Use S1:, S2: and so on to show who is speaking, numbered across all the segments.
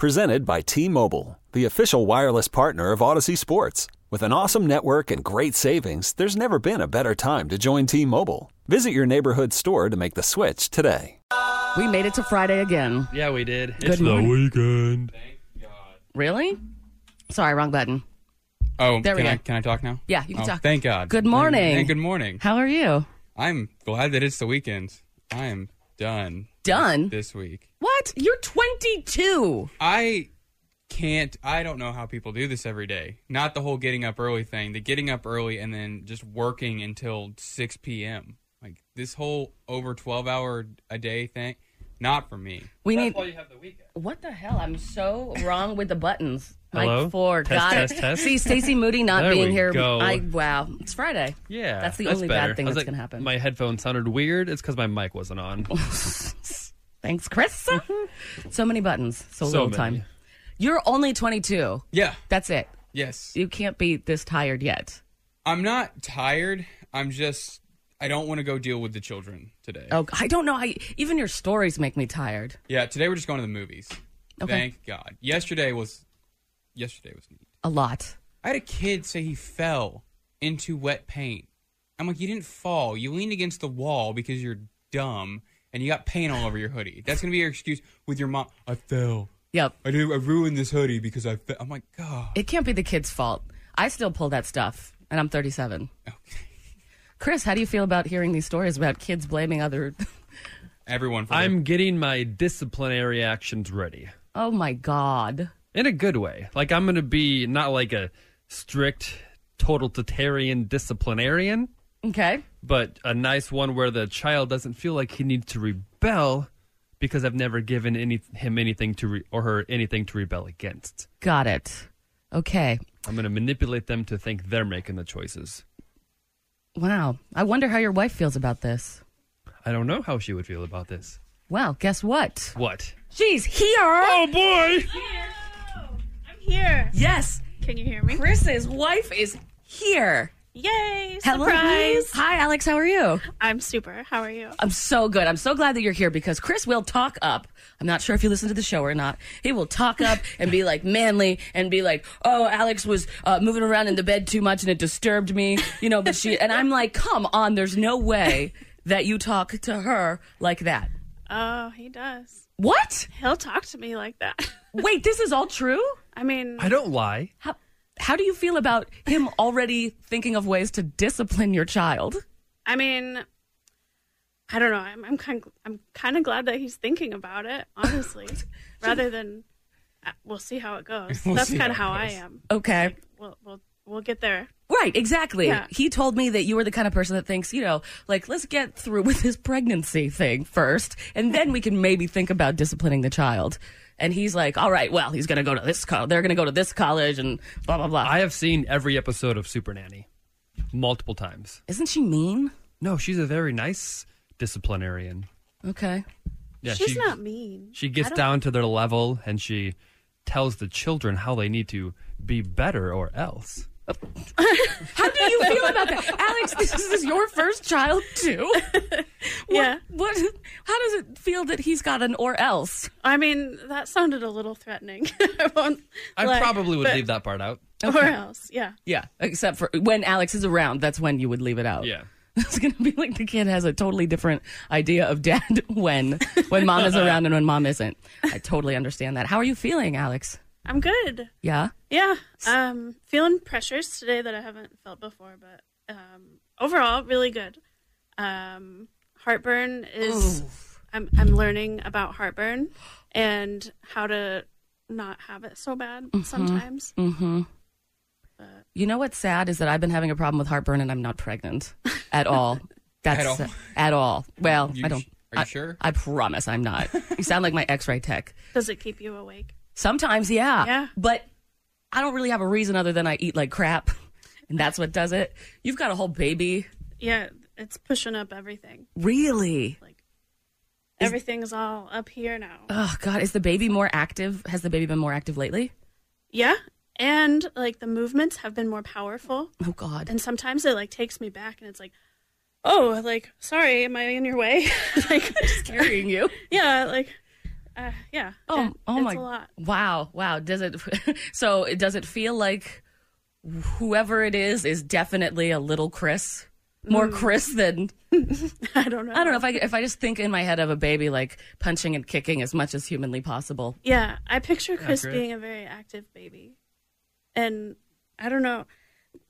S1: Presented by T Mobile, the official wireless partner of Odyssey Sports. With an awesome network and great savings, there's never been a better time to join T Mobile. Visit your neighborhood store to make the switch today.
S2: We made it to Friday again.
S3: Yeah, we did.
S2: Good morning.
S4: weekend.
S2: Really? Sorry, wrong button.
S3: oh,
S2: There we
S3: can I
S2: go.
S3: can I talk now?
S2: Yeah, you can
S3: Oh,
S2: talk.
S3: Thank God.
S2: Good morning.
S3: And good morning.
S2: How are you?
S3: I'm glad that it's the weekend. I am done.
S2: Done?
S3: This week.
S2: What? You're 22.
S3: I can't I don't know how people do this every day. Not the whole getting up early thing, the getting up early and then just working until 6 p.m. Like this whole over 12 hour a day thing, not for me.
S2: We need. What the hell? I'm so wrong with the buttons.
S4: Hello?
S2: Mike four.
S4: Test,
S2: Got
S4: test,
S2: it.
S4: test.
S2: See, Stacy Moody not
S4: There
S2: being
S4: we
S2: here.
S4: go.
S2: I wow. It's Friday.
S4: Yeah,
S2: That's the only
S4: better.
S2: bad thing
S4: I was
S2: that's
S4: like,
S2: gonna happen.
S4: My headphones sounded weird. It's because my mic wasn't on.
S2: Thanks, Chris. so many buttons. So,
S4: So
S2: little
S4: many.
S2: time. You're only 22.
S3: Yeah.
S2: That's it.
S3: Yes.
S2: You can't be this tired yet.
S3: I'm not tired. I'm just I don't want to go deal with the children today.
S2: Oh, I don't know. I even your stories make me tired.
S3: Yeah, today we're just going to the movies.
S2: Okay.
S3: Thank God. Yesterday was yesterday was neat.
S2: A lot.
S3: I had a kid say he fell into wet paint. I'm like, you didn't fall. You leaned against the wall because you're dumb and you got paint all over your hoodie. That's gonna be your excuse with your mom. I fell.
S2: Yep.
S3: I do. I ruined this hoodie because I. Fell. I'm like, God.
S2: It can't be the kid's fault. I still pull that stuff, and I'm 37.
S3: Okay.
S2: Chris, how do you feel about hearing these stories about kids blaming other?
S3: Everyone. For
S4: I'm getting my disciplinary actions ready
S2: Oh my God.
S4: in a good way. Like I'm going to be not like a strict totalitarian disciplinarian,
S2: Okay.
S4: but a nice one where the child doesn't feel like he needs to rebel because I've never given any him anything to re- or her anything to rebel against.
S2: Got it. Okay.
S4: I'm going to manipulate them to think they're making the choices.
S2: Wow. I wonder how your wife feels about this.
S4: I don't know how she would feel about this.
S2: Well, guess what?
S4: What?
S2: She's here.
S4: Oh boy!
S5: I'm here.
S2: Yes.
S5: Can you hear me?
S2: Chris's wife is here.
S5: Yay!
S2: Hello.
S5: Surprise!
S2: Hi, Alex. How are you?
S5: I'm super. How are you?
S2: I'm so good. I'm so glad that you're here because Chris will talk up. I'm not sure if you listen to the show or not. He will talk up and be like manly and be like, "Oh, Alex was uh, moving around in the bed too much and it disturbed me," you know. But she and I'm like, "Come on, there's no way that you talk to her like that."
S5: Oh, he does.
S2: What?
S5: He'll talk to me like that.
S2: Wait, this is all true.
S5: I mean,
S4: I don't lie.
S2: How how do you feel about him already thinking of ways to discipline your child?
S5: I mean, I don't know. I'm, I'm kind. I'm kind of glad that he's thinking about it, honestly, rather than uh, we'll see how it goes.
S3: We'll
S5: That's
S3: see
S5: kind of
S3: how
S5: how
S3: it
S5: I
S3: goes.
S5: am.
S2: Okay.
S5: We'll we'll we'll get there.
S2: Right, exactly.
S5: Yeah.
S2: He told me that you were the kind of person that thinks, you know, like, let's get through with this pregnancy thing first, and then we can maybe think about disciplining the child. And he's like, all right, well, he's going to go to this college. They're going to go to this college and blah, blah, blah.
S4: I have seen every episode of Super Nanny multiple times.
S2: Isn't she mean?
S4: No, she's a very nice disciplinarian.
S2: Okay.
S4: Yeah,
S5: She's
S4: she,
S5: not mean.
S4: She
S5: I
S4: gets
S5: don't-
S4: down to their level and she tells the children how they need to be better or else.
S2: How do you feel about that? Alex, this is your first child, too. What-
S5: Yeah.
S2: What, how does it feel that he's got an or else?
S5: I mean, that sounded a little threatening. I won't.
S4: I
S5: lie,
S4: probably would
S5: but-
S4: leave that part out.
S5: Or else, yeah.
S2: Yeah. Except for when Alex is around, that's when you would leave it out.
S4: Yeah.
S2: It's gonna be like the kid has a totally different idea of dad when when mom is around and when mom isn't. I totally understand that. How are you feeling, Alex?
S5: I'm good.
S2: Yeah.
S5: Yeah, um, feeling pressures today that I haven't felt before, but um, overall, really good. Um, heartburn is. I'm I'm learning about heartburn and how to not have it so bad sometimes.
S2: You know what's sad is that I've been having a problem with heartburn and I'm not pregnant at all. That's
S3: At all.
S2: at all. Well,
S3: You
S2: I don't.
S3: sh- are you
S2: I-
S3: sure?
S2: I promise I'm not. You sound like my X-ray tech.
S5: Does it keep you awake?
S2: Sometimes, yeah.
S5: Yeah.
S2: But I don't really have a reason other than I eat like crap, and that's what does it. You've got a whole baby.
S5: Yeah, it's pushing up everything.
S2: Really?
S5: Everything's all up here now.
S2: Oh God, is the baby more active? Has the baby been more active lately?
S5: Yeah, and like the movements have been more powerful.
S2: Oh God.
S5: and sometimes it like takes me back and it's like oh like sorry am i in your way like
S2: Carrying you.
S5: yeah like Uh, yeah.
S2: Oh,
S5: it-
S2: oh
S5: it's
S2: my!
S5: a lot.
S2: Wow, wow. Does it? so it does it feel like whoever it is is definitely a little Chris, more
S5: Mm.
S2: Chris than
S5: I don't know.
S2: I don't know if I if I just think in my head of a baby like punching and kicking as much as humanly possible.
S5: Yeah, I picture Chris
S4: Chris.
S5: being a very active baby. And I don't know.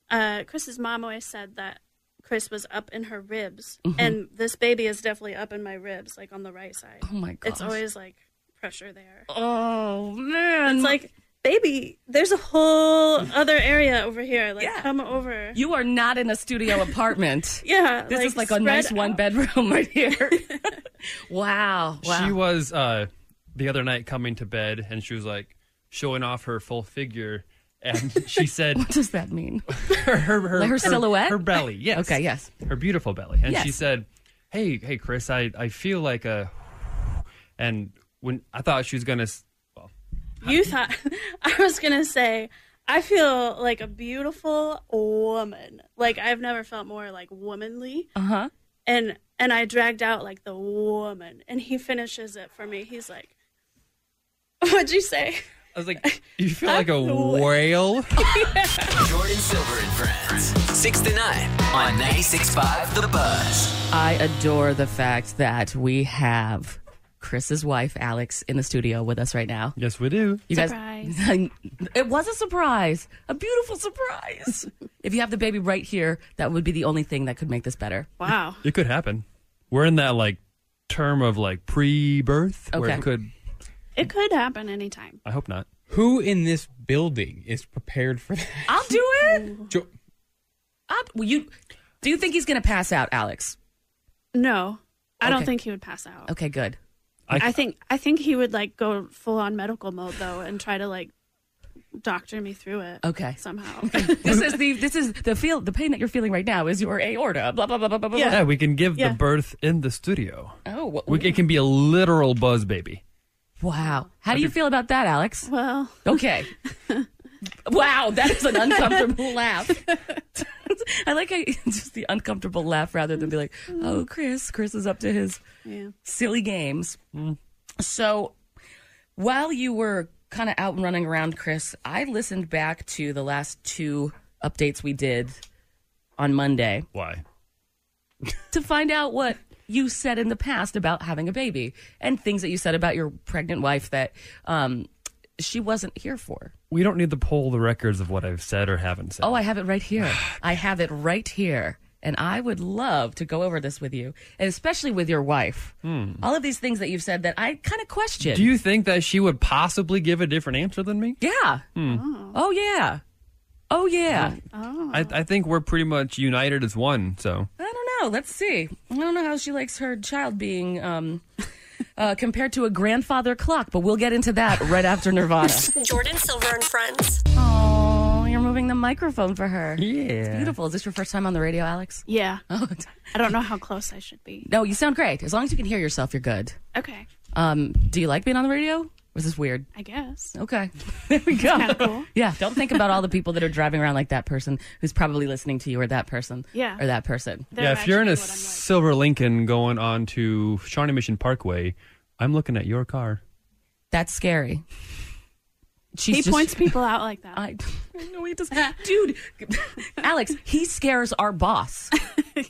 S5: Uh, Chris's mom always said that Chris was up in her ribs.
S2: Mm-hmm.
S5: And this baby is definitely up in my ribs, like on the right side.
S2: Oh my god!
S5: It's always like pressure there.
S2: oh man!
S5: It's like, baby, there's a whole other area over here. Like,
S2: Yeah.
S5: come over.
S2: you are not in a studio apartment.
S5: yeah.
S2: This is like a
S5: spread
S2: nice
S5: out.
S2: one bedroom right here. wow! Wow!
S4: She was uh, the other night coming to bed and she was like showing off her full figure. And she said
S2: what does that mean?
S4: her, her, her,
S2: Like her silhouette?
S4: her belly, yes,
S2: Okay, yes.
S4: her beautiful belly. And she
S2: Yes.
S4: said, "Hey, hey, Chris, I, I feel like a." And when I thought she was gonna, s- well,
S5: You thought I was gonna say I feel like a beautiful woman. Like I've never felt more like womanly.
S2: Uh huh.
S5: And and I dragged out like the woman, and he finishes it for me. He's like, "What'd you say?"
S4: I was like, "You feel like a whale."
S6: Jordan Silver and Friends. 6 to 9 on 96.5 The Buzz.
S2: I adore the fact that we have Chris's wife, Alex, in the studio with us right now.
S4: Yes, we do.
S2: You
S5: Surprise.
S2: guys, it was a surprise, a beautiful surprise. if you have the baby right here, that would be the only thing that could make this better.
S5: Wow.
S4: It could happen. We're in that like term of like pre-birth where
S2: Okay.
S4: it could.
S5: It could happen anytime.
S4: I hope not.
S3: Who in this building is prepared for that?
S2: I'll do it.
S3: Jo-
S2: I'll, well, you do you think he's going to pass out, Alex?
S5: No, I don't
S2: Okay.
S5: think he would pass out.
S2: Okay, good.
S4: I-
S5: I, think I think he would like go full on medical mode though, and try to like doctor me through it.
S2: Okay.
S5: Somehow.
S2: this is the this is the feel the pain that you're feeling right now is your aorta. Blah blah blah blah blah. blah.
S5: Yeah.
S4: Yeah, we can give
S5: Yeah.
S4: the birth in the studio.
S2: Oh, wha-
S4: We, it can be a literal buzz baby.
S2: wow. How do you feel about that, Alex?
S5: well.
S2: Okay. wow, that is an uncomfortable laugh. I like how you- just the uncomfortable laugh rather than be like, "Oh, Chris, Chris is up to his
S5: Yeah.
S2: silly games." So, while you were kind of out and running around, Chris, I listened back to the last two updates we did on Monday
S4: Why?
S2: to find out what you said in the past about having a baby and things that you said about your pregnant wife that um, she wasn't here for.
S4: We don't need to pull the records of what I've said or haven't said.
S2: Oh, I have it right here. I have it right here. And I would love to go over this with you, and especially with your wife. All of these things that you've said that I kind of question.
S4: Hmm. Do you think that she would possibly give a different answer than me?
S2: yeah.
S4: Hmm.
S2: Oh. yeah. Oh yeah.
S4: I, I think we're pretty much united as one. So
S2: I don't know. Let's see. I don't know how she likes her child being um, uh, compared to a grandfather clock, but we'll get into that right after Nirvana.
S7: Jordan Silver and Friends.
S2: Oh, you're moving the microphone for her.
S4: yeah,
S2: Beautiful. Is this your first time on the radio, Alex?
S5: Yeah.
S2: Oh,
S5: I don't know how close I should be.
S2: no, you sound great. As long as you can hear yourself, you're good.
S5: Okay.
S2: Um, do you like being on the radio? Was this weird?
S5: I guess.
S2: Okay. There we go.
S5: Kinda cool.
S2: Yeah, don't think about all the people that are driving around like that person who's probably listening to you or that person.
S5: Yeah.
S2: Or that person.
S4: yeah. If you're in a
S5: That's actually what
S4: silver Lincoln going on to Shawnee Mission Parkway, I'm looking at your car.
S2: That's scary. She's
S5: I'm like. He
S2: just-
S5: points people out like that.
S2: I, I know he does. Dude, Alex, he scares our boss.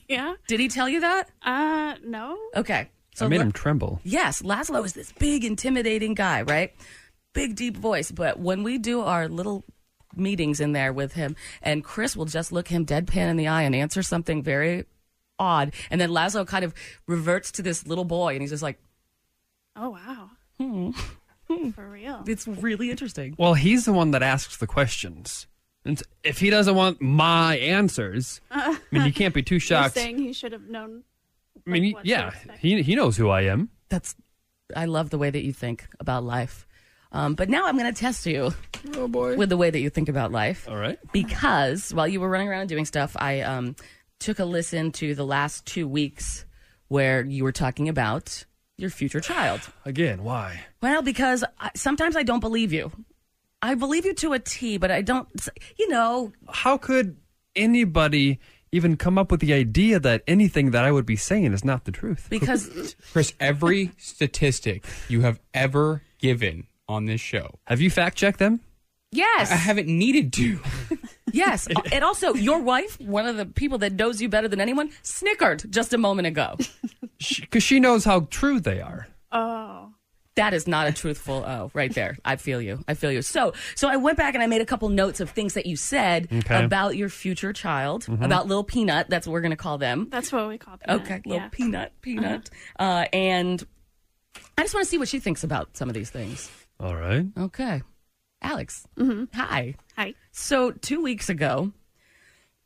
S5: yeah.
S2: Did he tell you that?
S5: Uh, no.
S2: Okay. So
S4: I made
S2: let-
S4: him tremble.
S2: Yes, Laszlo is this big, intimidating guy, right? Big, deep voice. But when we do our little meetings in there with him, and Chris will just look him deadpan in the eye and answer something very odd. And then Laszlo kind of reverts to this little boy, and he's just like,
S5: Oh wow.
S2: Hmm.
S5: For real.
S2: it's really interesting.
S4: Well, he's the one that asks the questions. And if he doesn't want my answers, I mean, you can't be too
S5: Uh. You're
S4: shocked.
S5: saying he should have known.
S4: I mean,
S5: what to
S4: yeah,
S5: expect.
S4: he, he knows who I am.
S2: That's, I love the way that you think about life. Um, but now I'm going to test you
S4: Oh, boy.
S2: with the way that you think about life.
S4: All right.
S2: because while you were running around doing stuff, I um, took a listen to the last two weeks where you were talking about your future child.
S4: Again, why?
S2: Well, because I, sometimes I don't believe you. I believe you to a T, but I don't, you know,
S4: How could anybody even come up with the idea that anything that I would be saying is not the truth.
S2: Because
S3: Chris, every statistic you have ever given on this show,
S4: Have you fact checked them?
S2: yes,
S3: I haven't needed to.
S2: yes, and also your wife, one of the people that knows you better than anyone, snickered just a moment ago.
S4: Because she knows how true they are.
S5: Oh,
S2: That is not a truthful oh right there. I feel you. I feel you. So so I went back and I made a couple notes of things that you said
S4: Okay.
S2: about your future child, about little peanut. That's what we're gonna call them.
S5: that's what we call them.
S2: Okay, little
S5: Yeah.
S2: peanut, peanut. uh and I just want to see what she thinks about some of these things.
S4: All right.
S2: Okay, Alex. Hi.
S5: Mm-hmm. Hi.
S2: So two weeks ago,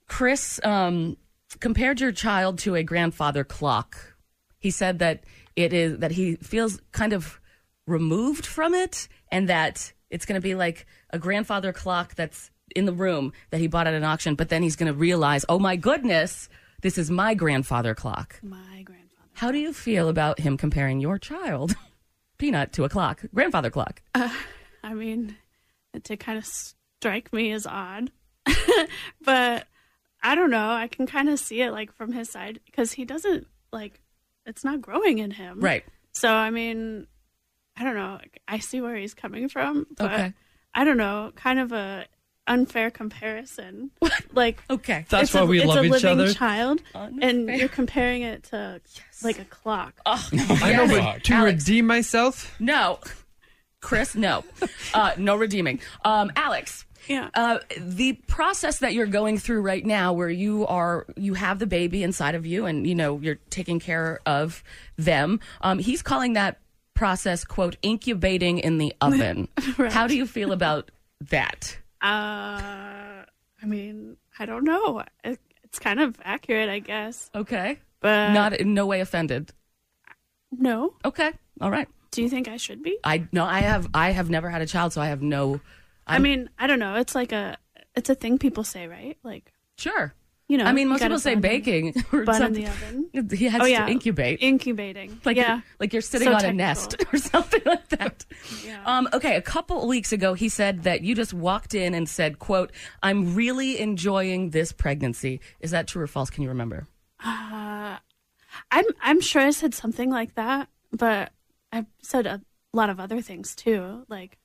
S2: Chris um, compared your child to a grandfather clock. He said that it is that he feels kind of removed from it, and that it's going to be like a grandfather clock that's in the room that he bought at an auction. But then he's going to realize, oh my goodness, this is my grandfather clock.
S5: My grandfather.
S2: How do you feel about him comparing your child, Peanut, to a clock, grandfather clock?
S5: I mean, it did kind of strike me as odd, but I don't know. I can kind of see it like from his side because he doesn't like it's not growing in him,
S2: Right.
S5: So I mean, I don't know. I see where he's coming from, but
S2: Okay.
S5: I don't know. Kind of a unfair comparison. like
S2: Okay.
S4: Oh, That's
S5: it's
S4: why
S5: a,
S4: we
S5: it's
S4: love
S5: a
S4: each
S5: living
S4: other.
S5: child, and
S2: Unfair.
S5: you're comparing it to like a clock.
S4: I know,
S3: Fuck.
S4: but to
S2: Alex.
S4: redeem myself,
S2: No. Chris, no. Uh, no redeeming. Um, Alex.
S5: Yeah.
S2: Uh, the process that you're going through right now where you are you have the baby inside of you and you know you're taking care of them um, he's calling that process quote incubating in the oven how do you feel about that
S5: Uh, I mean, I don't know. It, it's kind of accurate, I guess,
S2: okay
S5: but
S2: not in no way offended
S5: no.
S2: okay all right
S5: Do you think I should be?
S2: i no i have i have never had a child so i have no
S5: I mean, I don't know. It's like a it's a thing people say, right? Like
S2: sure
S5: you know.
S2: i mean
S5: you
S2: most
S5: got a
S2: people say
S5: bun-
S2: baking or
S5: Bun in
S2: something
S5: the oven.
S2: he has
S5: Oh, yeah.
S2: to incubate
S5: Incubating.
S2: like
S5: yeah.
S2: you're, like you're sitting
S5: So
S2: on a
S5: technical.
S2: nest or something like that. Um, okay, a couple of weeks ago, he said that you just walked in and said, "quote I'm really enjoying this pregnancy." Is that true or false? Can you remember?
S5: I'm I'm sure I said something like that, but I said a lot of other things too. Like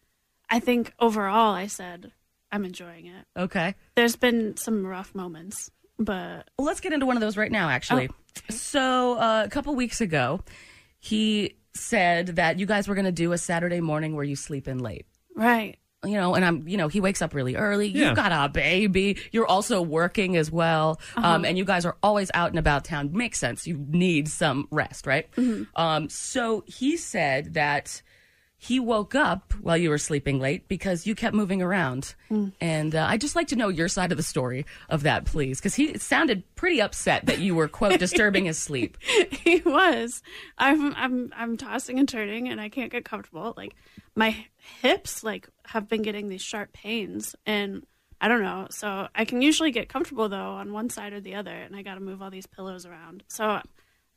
S5: I think overall, I said I'm enjoying it.
S2: Okay,
S5: There's been some rough moments, but
S2: well, let's get into one of those right now. Actually,
S5: Oh.
S2: so uh, a couple weeks ago, he said that you guys were going to do a Saturday morning where you sleep in late.
S5: right.
S2: you know, and I'm, you know, he wakes up really early.
S4: Yeah.
S2: You've got a baby. You're also working as well. Um, and you guys are always out and about town. Makes sense. You need some rest, right? Um, so he said that he woke up while you were sleeping late because you kept moving around. And uh, I'd just like to know your side of the story of that, please. Because he sounded pretty upset that you were, quote, disturbing his sleep.
S5: he was. I'm I'm I'm tossing and turning and I can't get comfortable. Like my hips like have been getting these sharp pains and I don't know. So I can usually get comfortable though on one side or the other and I got to move all these pillows around. So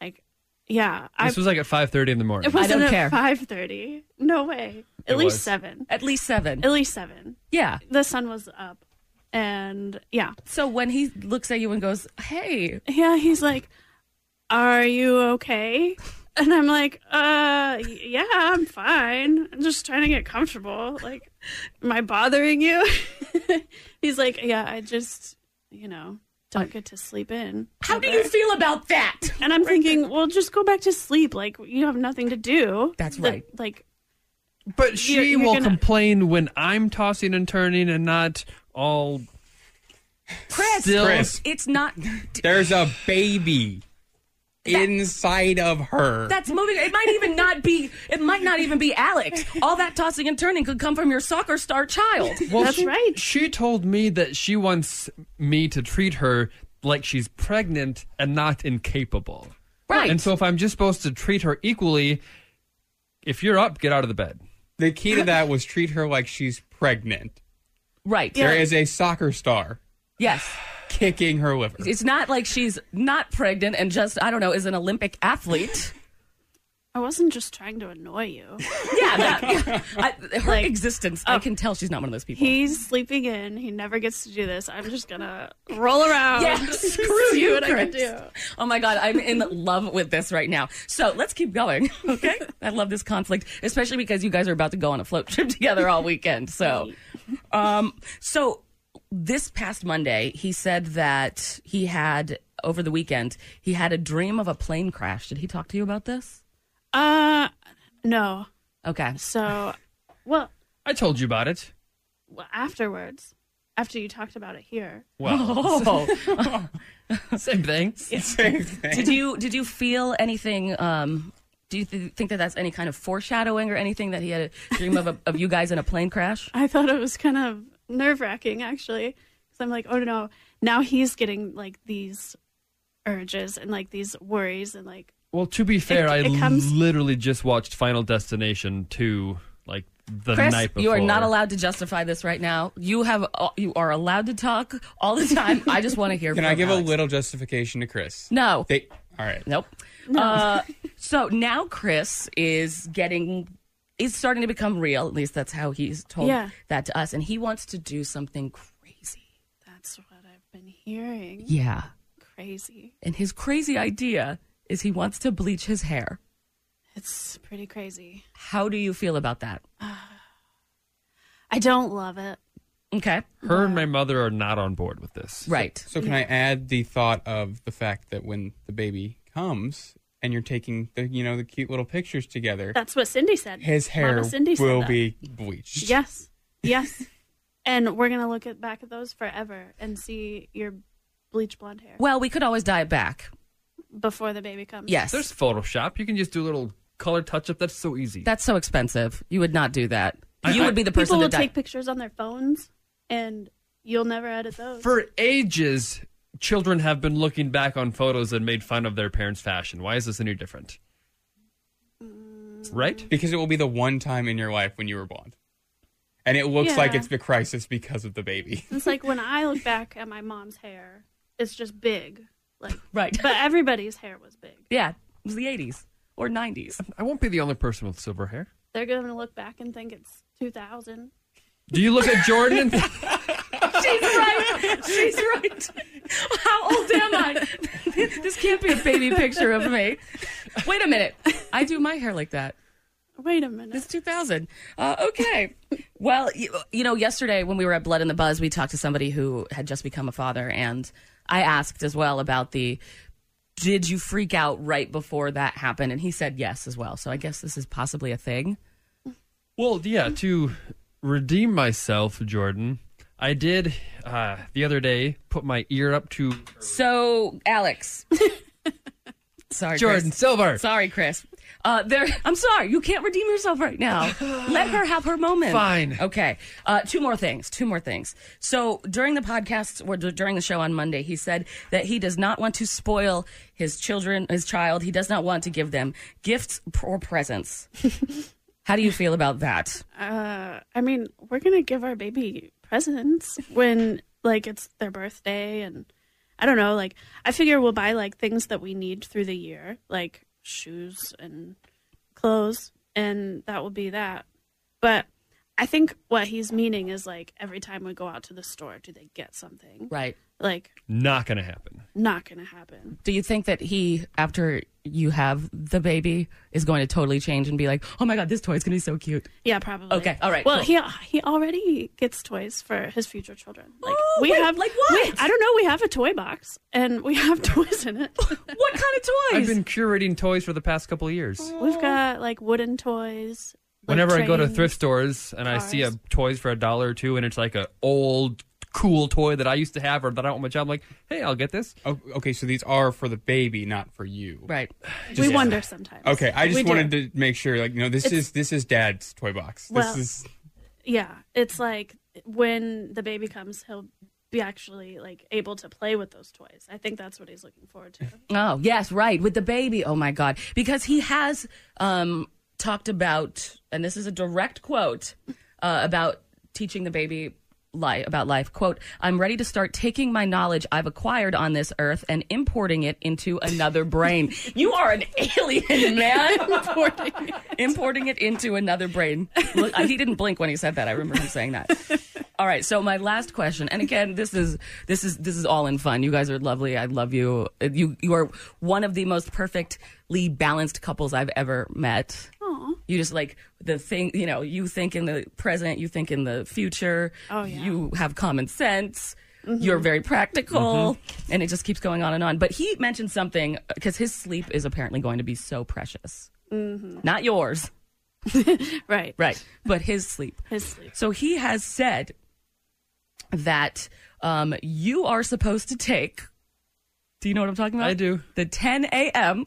S5: like yeah, I
S4: this was like at 5.30 in the morning.
S5: it wasn't
S2: I don't care.
S5: at 5:30. No way. At
S4: It
S5: least
S4: was.
S5: 7.
S2: At least seven.
S5: At least 7.
S2: Yeah.
S5: The sun was up. And yeah.
S2: So when he looks at you and goes, hey,
S5: yeah he's like are you okay and i'm like uh y- yeah i'm fine i'm just trying to get comfortable like am i bothering you he's like yeah i just you know don't get to sleep in
S2: how do you feel about that?
S5: and i'm thinking well just go back to sleep like you have nothing to do
S2: That's
S5: That-
S2: right.
S5: like
S4: But she
S5: you're
S4: will
S5: gonna-
S4: complain when I'm tossing and turning and not all
S2: Chris,
S4: Still-
S3: Chris.
S2: it's not.
S3: There's a baby inside of her.
S2: That's moving. It might even not be. It might not even be Alex. All that tossing and turning could come from your soccer star child.
S4: Well,
S5: That's
S4: she,
S5: right.
S4: She told me that she wants me to treat her like she's pregnant and not incapable.
S2: Right.
S4: And so if I'm just supposed to treat her equally, if you're up, get out of the bed.
S3: the key to that was treat her like she's pregnant.
S2: Right.
S3: There is a soccer star
S2: Yes.
S3: kicking her liver.
S2: It's not like she's not pregnant and just I don't know is an Olympic athlete.
S5: I wasn't just trying to annoy you.
S2: Yeah, that, I, her
S5: Like-
S2: existence. I can tell she's not one of those people.
S5: He's sleeping in. He never gets to do this. I'm just gonna roll around.
S2: yeah, screw
S5: see
S2: you,
S5: what I can
S2: Chris.
S5: do.
S2: Oh my God, I'm in love with this right now. So let's keep going, okay? I love this conflict, especially because you guys are about to go on a float trip together all weekend. So, um, so this past Monday, he said that he had over the weekend he had a dream of a plane crash. Did he talk to you about this?
S5: Uh, no.
S2: Okay.
S5: So, well,
S4: I told you about it.
S5: well, afterwards, after you talked about it here,
S4: Well,
S2: Oh,
S4: same thing.
S3: Same thing.
S2: did you did you feel anything? Um, do you th- think that that's any kind of foreshadowing or anything that he had a dream of a, of you guys in a plane crash?
S5: I thought it was kind of nerve wracking actually, because I'm like, oh no, now he's getting like these urges and like these worries and like
S4: Well, to be fair,
S5: It- it
S4: I
S5: comes-
S4: literally just watched Final Destination 2 like the
S2: Chris,
S4: night before.
S2: you are not allowed to justify this right now. You have uh, you are allowed to talk all the time. I just want to hear.
S3: Can
S2: from
S3: I give a
S2: Alex.
S3: little justification to Chris?
S2: No.
S3: They, all right.
S2: Nope. Uh, so now Chris is getting is starting to become real. At least that's how he's told
S5: Yeah.
S2: that to us, and he wants to do something crazy.
S5: that's what I've been hearing.
S2: Yeah.
S5: Crazy.
S2: And his crazy idea is he wants to bleach his hair.
S5: It's pretty crazy.
S2: How do you feel about that?
S5: I don't love it.
S2: Okay.
S4: Her and my mother are not on board with this.
S2: Right.
S3: So can I add the thought of the fact that when the baby comes and you're taking the you know the cute little pictures together,
S5: That's what Cindy said.
S3: his hair
S5: Mama Cindy said
S3: will
S5: that.
S3: be bleached.
S5: Yes. Yes. and we're gonna look at back at those forever and see your bleach blonde hair
S2: Well, we could always dye it back.
S5: before the baby comes.
S2: Yes.
S4: There's Photoshop. You can just do a little color touch up. That's so easy.
S2: That's so expensive. You would not do that.
S4: I-
S2: you
S4: I-
S2: would be the person
S5: People
S2: to
S5: will
S2: dye.
S5: take pictures on their phones and you'll never edit those.
S4: For ages, children have been looking back on photos and made fun of their parents' fashion. Why is this any different? Right?
S3: Because it will be the one time in your life when you were blonde. And it looks
S5: Yeah.
S3: like it's the crisis because of the baby.
S5: it's like when I look back at my mom's hair, it's just big. Like
S2: right.
S5: but everybody's hair was big.
S2: yeah. It was the 80s or 90s.
S4: I won't be the only person with silver hair.
S5: They're gonna look back and think it's two thousand.
S4: Do you look at Jordan and think,
S2: She's right. She's right. How old am I? this can't be a baby picture of me. Wait a minute. I do my hair like that.
S5: Wait a minute.
S2: It's 2000. Uh, okay. Well, you, you know, yesterday when we were at Blood in the Buzz, we talked to somebody who had just become a father, and I asked as well about the did you freak out right before that happened? And he said yes as well. So I guess this is possibly a thing.
S4: Well, yeah, to redeem myself, Jordan, I did uh, the other day put my ear up to
S2: So, Alex. Sorry,
S4: Jordan
S2: Chris.
S4: Silver.
S2: Sorry, Chris. Uh, there. I'm sorry. You can't redeem yourself right now. Let her have her moment.
S4: Fine.
S2: Okay. Uh, two more things. Two more things. So during the podcast or d- during the show on Monday, he said that he does not want to spoil his children, his child. He does not want to give them gifts or presents. How do you feel about that?
S5: Uh, I mean, we're gonna give our baby presents when like it's their birthday, and I don't know. Like, I figure we'll buy like things that we need through the year, like shoes and clothes, and that will be that. But I think what he's meaning is like every time we go out to the store, do they get something?
S2: Right.
S5: Like,
S4: Not going to happen.
S5: not gonna happen.
S2: Do you think that he, after you have the baby, is going to totally change and be like, "Oh my god, this toy is going to be so cute"?
S5: Yeah, probably.
S2: Okay, all right,
S5: Well,
S2: cool.
S5: he he already gets toys for his future children. Like
S2: Oh,
S5: we
S2: like-
S5: have
S2: like
S5: we-
S2: what?
S5: I don't know. We have a toy box and we have toys in it.
S2: What kind of toys?
S4: I've been curating toys for the past couple of years.
S5: We've got like wooden toys. like,
S4: Whenever I go to
S5: trains.
S4: thrift stores and I see a
S5: cars.
S4: toys for a dollar or two, and it's like a old cool toy that I used to have or that I want my job, I'm like, hey, I'll get this.
S3: O- Oh, Okay, so these are for the baby, not for you.
S2: right.
S5: we wonder sometimes.
S3: Okay, I
S5: We
S3: just
S5: do.
S3: wanted to make sure like you know this is this is dad's toy box.
S5: Well-
S3: this is
S5: Yeah, it's like when the baby comes, he'll be actually like able to play with those toys. I think that's what he's looking forward to.
S2: Oh, yes, right. With the baby. Oh my God. Because he has um, talked about, and this is a direct quote, uh, about teaching the baby li- about life. Quote, I'm ready to start taking my knowledge I've acquired on this earth and importing it into another brain. you are an alien, man. importing, importing it into another brain. Look, I- he didn't blink when he said that. I remember him saying that. All right, so my last question, and again, this is this is this is all in fun. You guys are lovely. I love you. Uh, You you are one of the most perfectly balanced couples I've ever met. You just like the thing, you know, you think in the present, you think in the future.
S5: Oh, yeah. Mm-hmm.
S2: You have common sense. You're very practical. And it just keeps going on and on. But he mentioned something because his sleep is apparently going to be so precious.
S5: Mm-hmm.
S2: Not yours,
S5: Right.
S2: right? But his sleep.
S5: His sleep.
S2: So he has said that um, you are supposed to take. Do you know what I'm talking about?
S4: I do.
S2: The 10 a.m.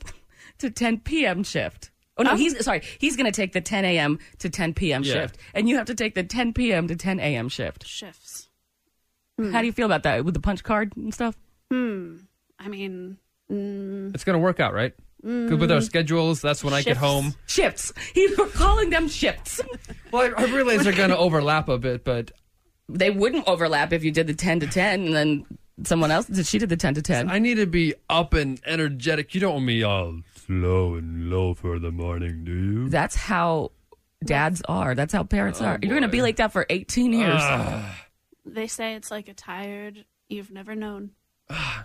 S2: to 10 p.m. shift. Oh no, he's sorry. He's going to take the 10 a.m. to 10 p.m.
S4: Um, Yeah.
S2: shift, and you have to take the 10 p.m. to 10 a.m. shift.
S5: Shifts.
S4: Hmm.
S2: How do you feel about that with the punch card and stuff?
S5: I mean,
S4: It's going to work out, right? Good with our schedules. That's when I get
S5: Shifts.
S4: home.
S2: Shifts. He's calling them shifts.
S4: Well, I, I realize they're going to overlap a bit, but
S2: They wouldn't overlap if you did the 10 to 10, and then someone else. She did the 10 to 10.
S4: I need to be up and energetic. You don't want me all slow and low for the morning, do you?
S2: That's how dads are. That's how parents are. You're going to be like that for 18 years.
S3: Oh,
S5: they say it's like a tired you've never known.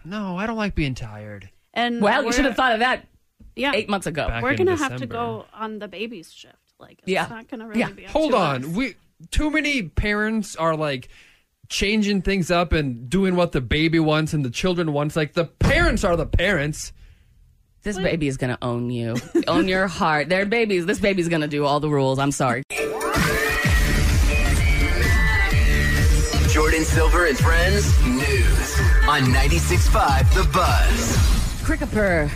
S4: No, I don't like being tired.
S5: And
S2: well, you
S5: we're-
S2: should have thought of that
S5: Yeah.
S2: eight months ago.
S4: Back
S5: we're
S4: in
S5: gonna have to
S4: December.
S5: go on the baby's shift. Like, it's
S2: Yeah.
S5: not gonna really
S2: Yeah.
S5: be. Up
S4: Hold
S5: to
S4: on.
S5: us.
S4: We too many parents are like changing things up and doing what the baby wants and the children wants. Like the parents are the parents.
S2: This baby is going to own you, own your heart. Their babies. This baby's going to do all the rules. I'm sorry.
S6: Jordan Silver and Friends News on 96.5 The Buzz.
S2: Crickapur,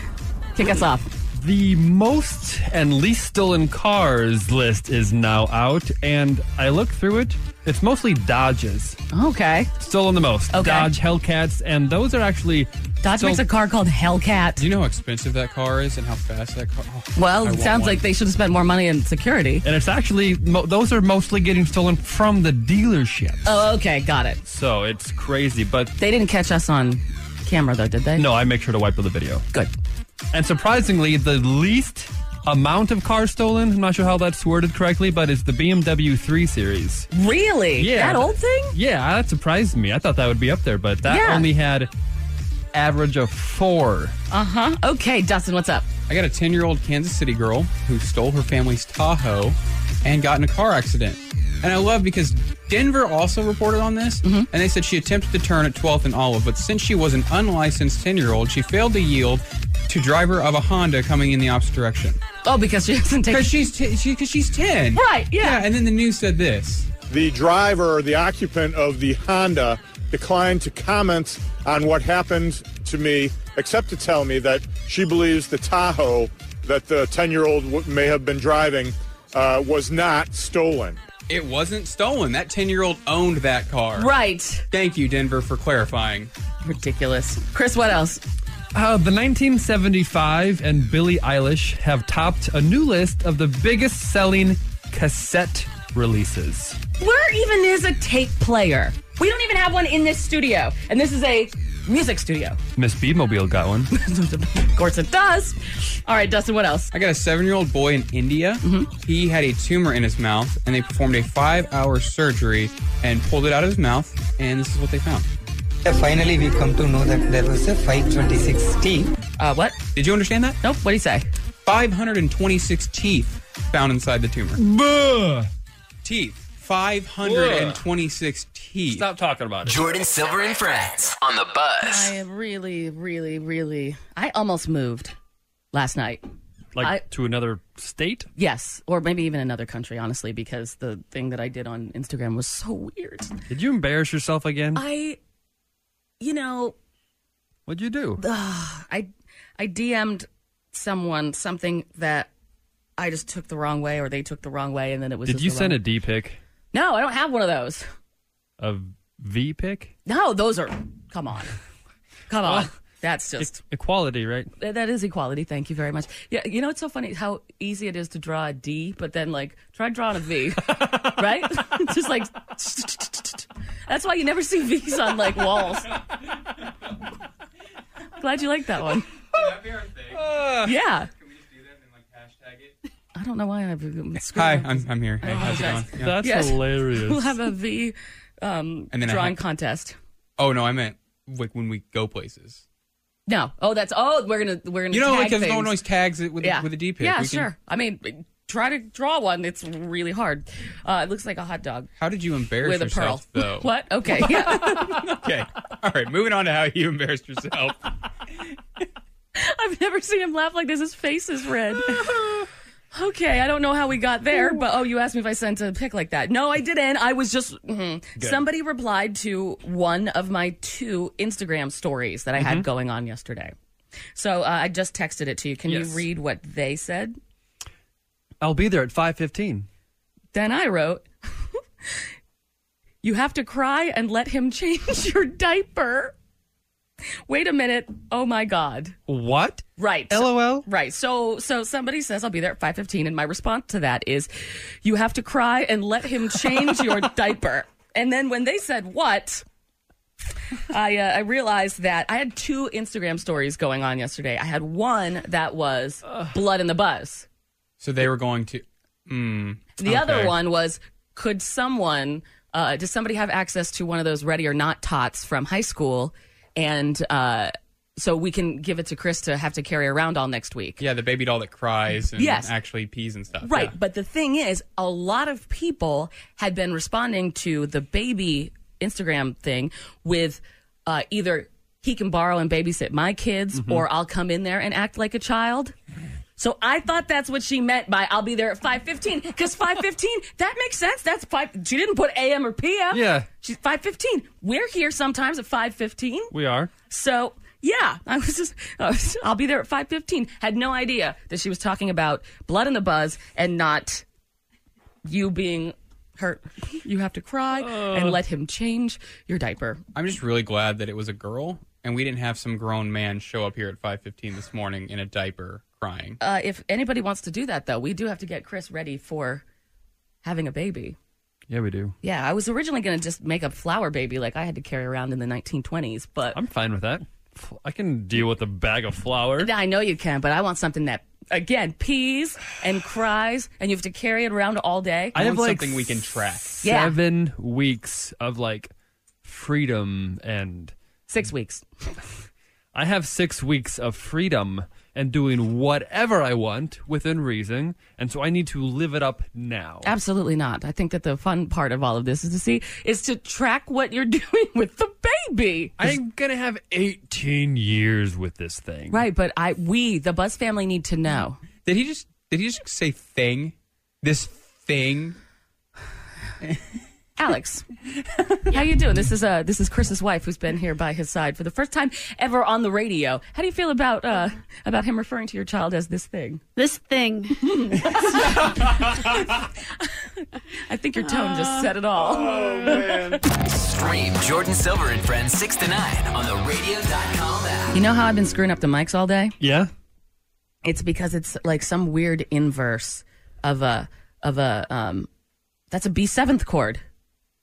S2: kick us off.
S4: The most and least stolen cars list is now out, and I look through it. It's mostly Dodges.
S2: Okay.
S4: Stolen the most.
S2: Okay.
S4: Dodge Hellcats, and those are actually
S2: Dodge
S4: so-
S2: makes a car called Hellcat.
S3: Do you know how expensive that car is and how fast that car? Oh,
S2: well,
S3: I
S2: it
S3: want
S2: sounds
S3: one.
S2: like they should have spent more money in security.
S4: and it's actually mo- those are mostly getting stolen from the dealership.
S2: Oh, okay. Got it.
S4: So it's crazy, but
S2: They didn't catch us on camera, though, did they?
S4: no, I make sure to wipe the video.
S2: Good.
S4: And surprisingly, the least amount of cars stolen, I'm not sure how that's worded correctly, but it's the BMW 3 Series.
S2: Really?
S4: Yeah.
S2: That old thing?
S4: Yeah, that surprised me. I thought that would be up there, but that
S2: Yeah.
S4: only had average of four.
S2: Uh huh. Okay, Dustin, what's up?
S3: I got a 10 year old Kansas City girl who stole her family's Tahoe and got in a car accident. And I love because Denver also reported on this,
S2: Mm-hmm.
S3: and they said she attempted to turn at 12th and Olive, but since she was an unlicensed 10 year old, she failed to yield to driver of a Honda coming in the opposite direction.
S2: Oh, because she hasn't taken.
S3: Because she's, t- she, 'cause she's 10.
S2: Right, yeah.
S3: Yeah, and then the news said this.
S8: The driver, the occupant of the Honda, declined to comment on what happened to me, except to tell me that she believes the Tahoe that the 10 year old w- may have been driving uh, was not stolen.
S3: It wasn't stolen. That 10 year old owned that car.
S2: Right.
S3: Thank you, Denver, for clarifying.
S2: Ridiculous. Chris, what else?
S4: Uh, the 1975 and Billie Eilish have topped a new list of the biggest selling cassette releases.
S2: Where even is a tape player? We don't even have one in this studio. And this is a music studio.
S4: Miss Beadmobile got one.
S2: Of course it does. All right, Dustin, what else?
S3: I got a seven year old boy in India. He had a tumor in his mouth, and they performed a five hour surgery and pulled it out of his mouth, and this is what they found.
S9: Finally, we come to know that there was a 526 teeth.
S2: Uh, what?
S3: Did you understand that?
S2: Nope, what'd he say?
S3: 526 teeth found inside the tumor. Teeth. 526 teeth.
S4: Stop talking about it.
S6: Jordan Silver and Friends on The Buzz.
S2: I really, really, really. I almost moved last night.
S4: Like
S2: I-
S4: to another state?
S2: Yes, or maybe even another country, honestly, because the thing that I did on Instagram was so weird.
S4: Did you embarrass yourself again?
S2: I, you know,
S4: What'd you do?
S2: I I DM'd someone something that I just took the wrong way, or they took the wrong way, and then it was.
S4: Did you send a D pic?
S2: No, I don't have one of those.
S4: A V pic?
S2: No, those are. Come on, come on. That's
S4: E-
S2: just
S4: equality, right?
S2: that is equality. Thank you very much. Yeah, you know it's so funny how easy it is to draw a D, but then like try drawing a V, right? It's just like That's why you never see V's on like walls. Glad you liked that one.
S3: that be our thing?
S2: Yeah.
S3: Can we just do that and like hashtag it?
S2: I don't know why I've been
S3: Hi, I'm, I'm here. Hey, how's it going?
S2: apologize.
S3: Yeah.
S4: That's
S2: Yes.
S4: hilarious.
S2: We'll have a V um,
S3: And then I
S2: drawing
S3: have-
S2: contest.
S3: Oh no, I meant like when we go places.
S2: No. Oh, that's oh we're gonna we're gonna
S3: You know,
S2: tag
S3: like because
S2: things.
S3: no one always tags it with
S2: yeah.
S3: a, with a D pic.
S2: Yeah,
S3: We can-
S2: sure. I mean, try to draw one. It's really hard. Uh, it looks like a hot dog
S3: How did you embarrass
S2: with a pearl.
S3: yourself though?
S2: what? Okay.
S3: Okay. All right. Moving on to how you embarrassed yourself.
S2: I've never seen him laugh like this. His face is red. Okay, I don't know how we got there, but oh, you asked me if I sent a pic like that. No, I didn't. I was just mhm. somebody replied to one of my two Instagram stories that I had going on yesterday. So uh, I just texted it to you. Can
S4: Yes.
S2: you read what they said?
S4: I'll be there at five fifteen.
S2: Then I wrote, You have to cry and let him change your diaper. Wait a minute. Oh my God.
S4: What?
S2: Right.
S4: LOL.
S2: Right. So so somebody says I'll be there at 5:15 and my response to that is you have to cry and let him change your diaper. And then when they said what I uh, I realized that I had two Instagram stories going on yesterday. I had one that was blood in the buzz.
S3: So they were going to. Mm,
S2: The other one was could someone uh, does somebody have access to one of those ready or not tots from high school and uh, so we can give it to Chris to have to carry around all next week.
S3: Yeah, the baby doll that cries and
S2: Yes.
S3: actually pees and stuff.
S2: Right.
S3: Yeah.
S2: But the thing is, a lot of people had been responding to the baby Instagram thing with uh, either he can borrow and babysit my kids or I'll come in there and act like a child. So I thought that's what she meant by I'll be there at 5:15 cuz 5:15 that makes sense. That's 5 she didn't put AM or PM.
S4: Yeah.
S2: She's 5:15. We're here sometimes at 5:15.
S4: We are.
S2: So yeah, I was just I was- I'll be there at five fifteen. Had no idea that she was talking about blood in the buzz and not you being hurt. You have to cry and let him change your diaper.
S3: I'm just really glad that it was a girl and we didn't have some grown man show up here at 5:15 this morning in a diaper crying.
S2: Uh, if anybody wants to do that, though, we do have to get Chris ready for having a baby.
S4: Yeah, we do.
S2: Yeah, I was originally going to just make a flower baby like I had to carry around in the 1920s, but
S4: I'm fine with that. F- I can deal with a bag of flour.
S2: I know you can, but I want something that, again, pees and cries and you have to carry it around all day.
S4: I have
S3: want
S4: like
S3: something we can track.
S2: Yeah.
S4: seven weeks of like freedom, and
S2: Six weeks.
S4: I have six weeks of freedom and doing whatever I want within reason, and so I need to live it up now.
S2: Absolutely not. I think that the fun part of all of this is to see is to track what you're doing with the baby.
S4: I'm gonna have 18 years with this thing.
S2: Right, but I we the Buzz family need to know.
S3: Did he just did he just say thing? This thing?
S2: Alex, how you doing? This is uh this is Chris's wife who's been here by his side for the first time ever on the radio. How do you feel about uh about him referring to your child as this thing?
S5: This thing.
S2: I think your tone just said it all.
S6: Stream Jordan Silver and Friends 6 to 9 on the radio.com app.
S2: You know how I've been screwing up the mics all day?
S4: Yeah.
S2: It's because it's like some weird inverse of a of a um that's a B seventh chord.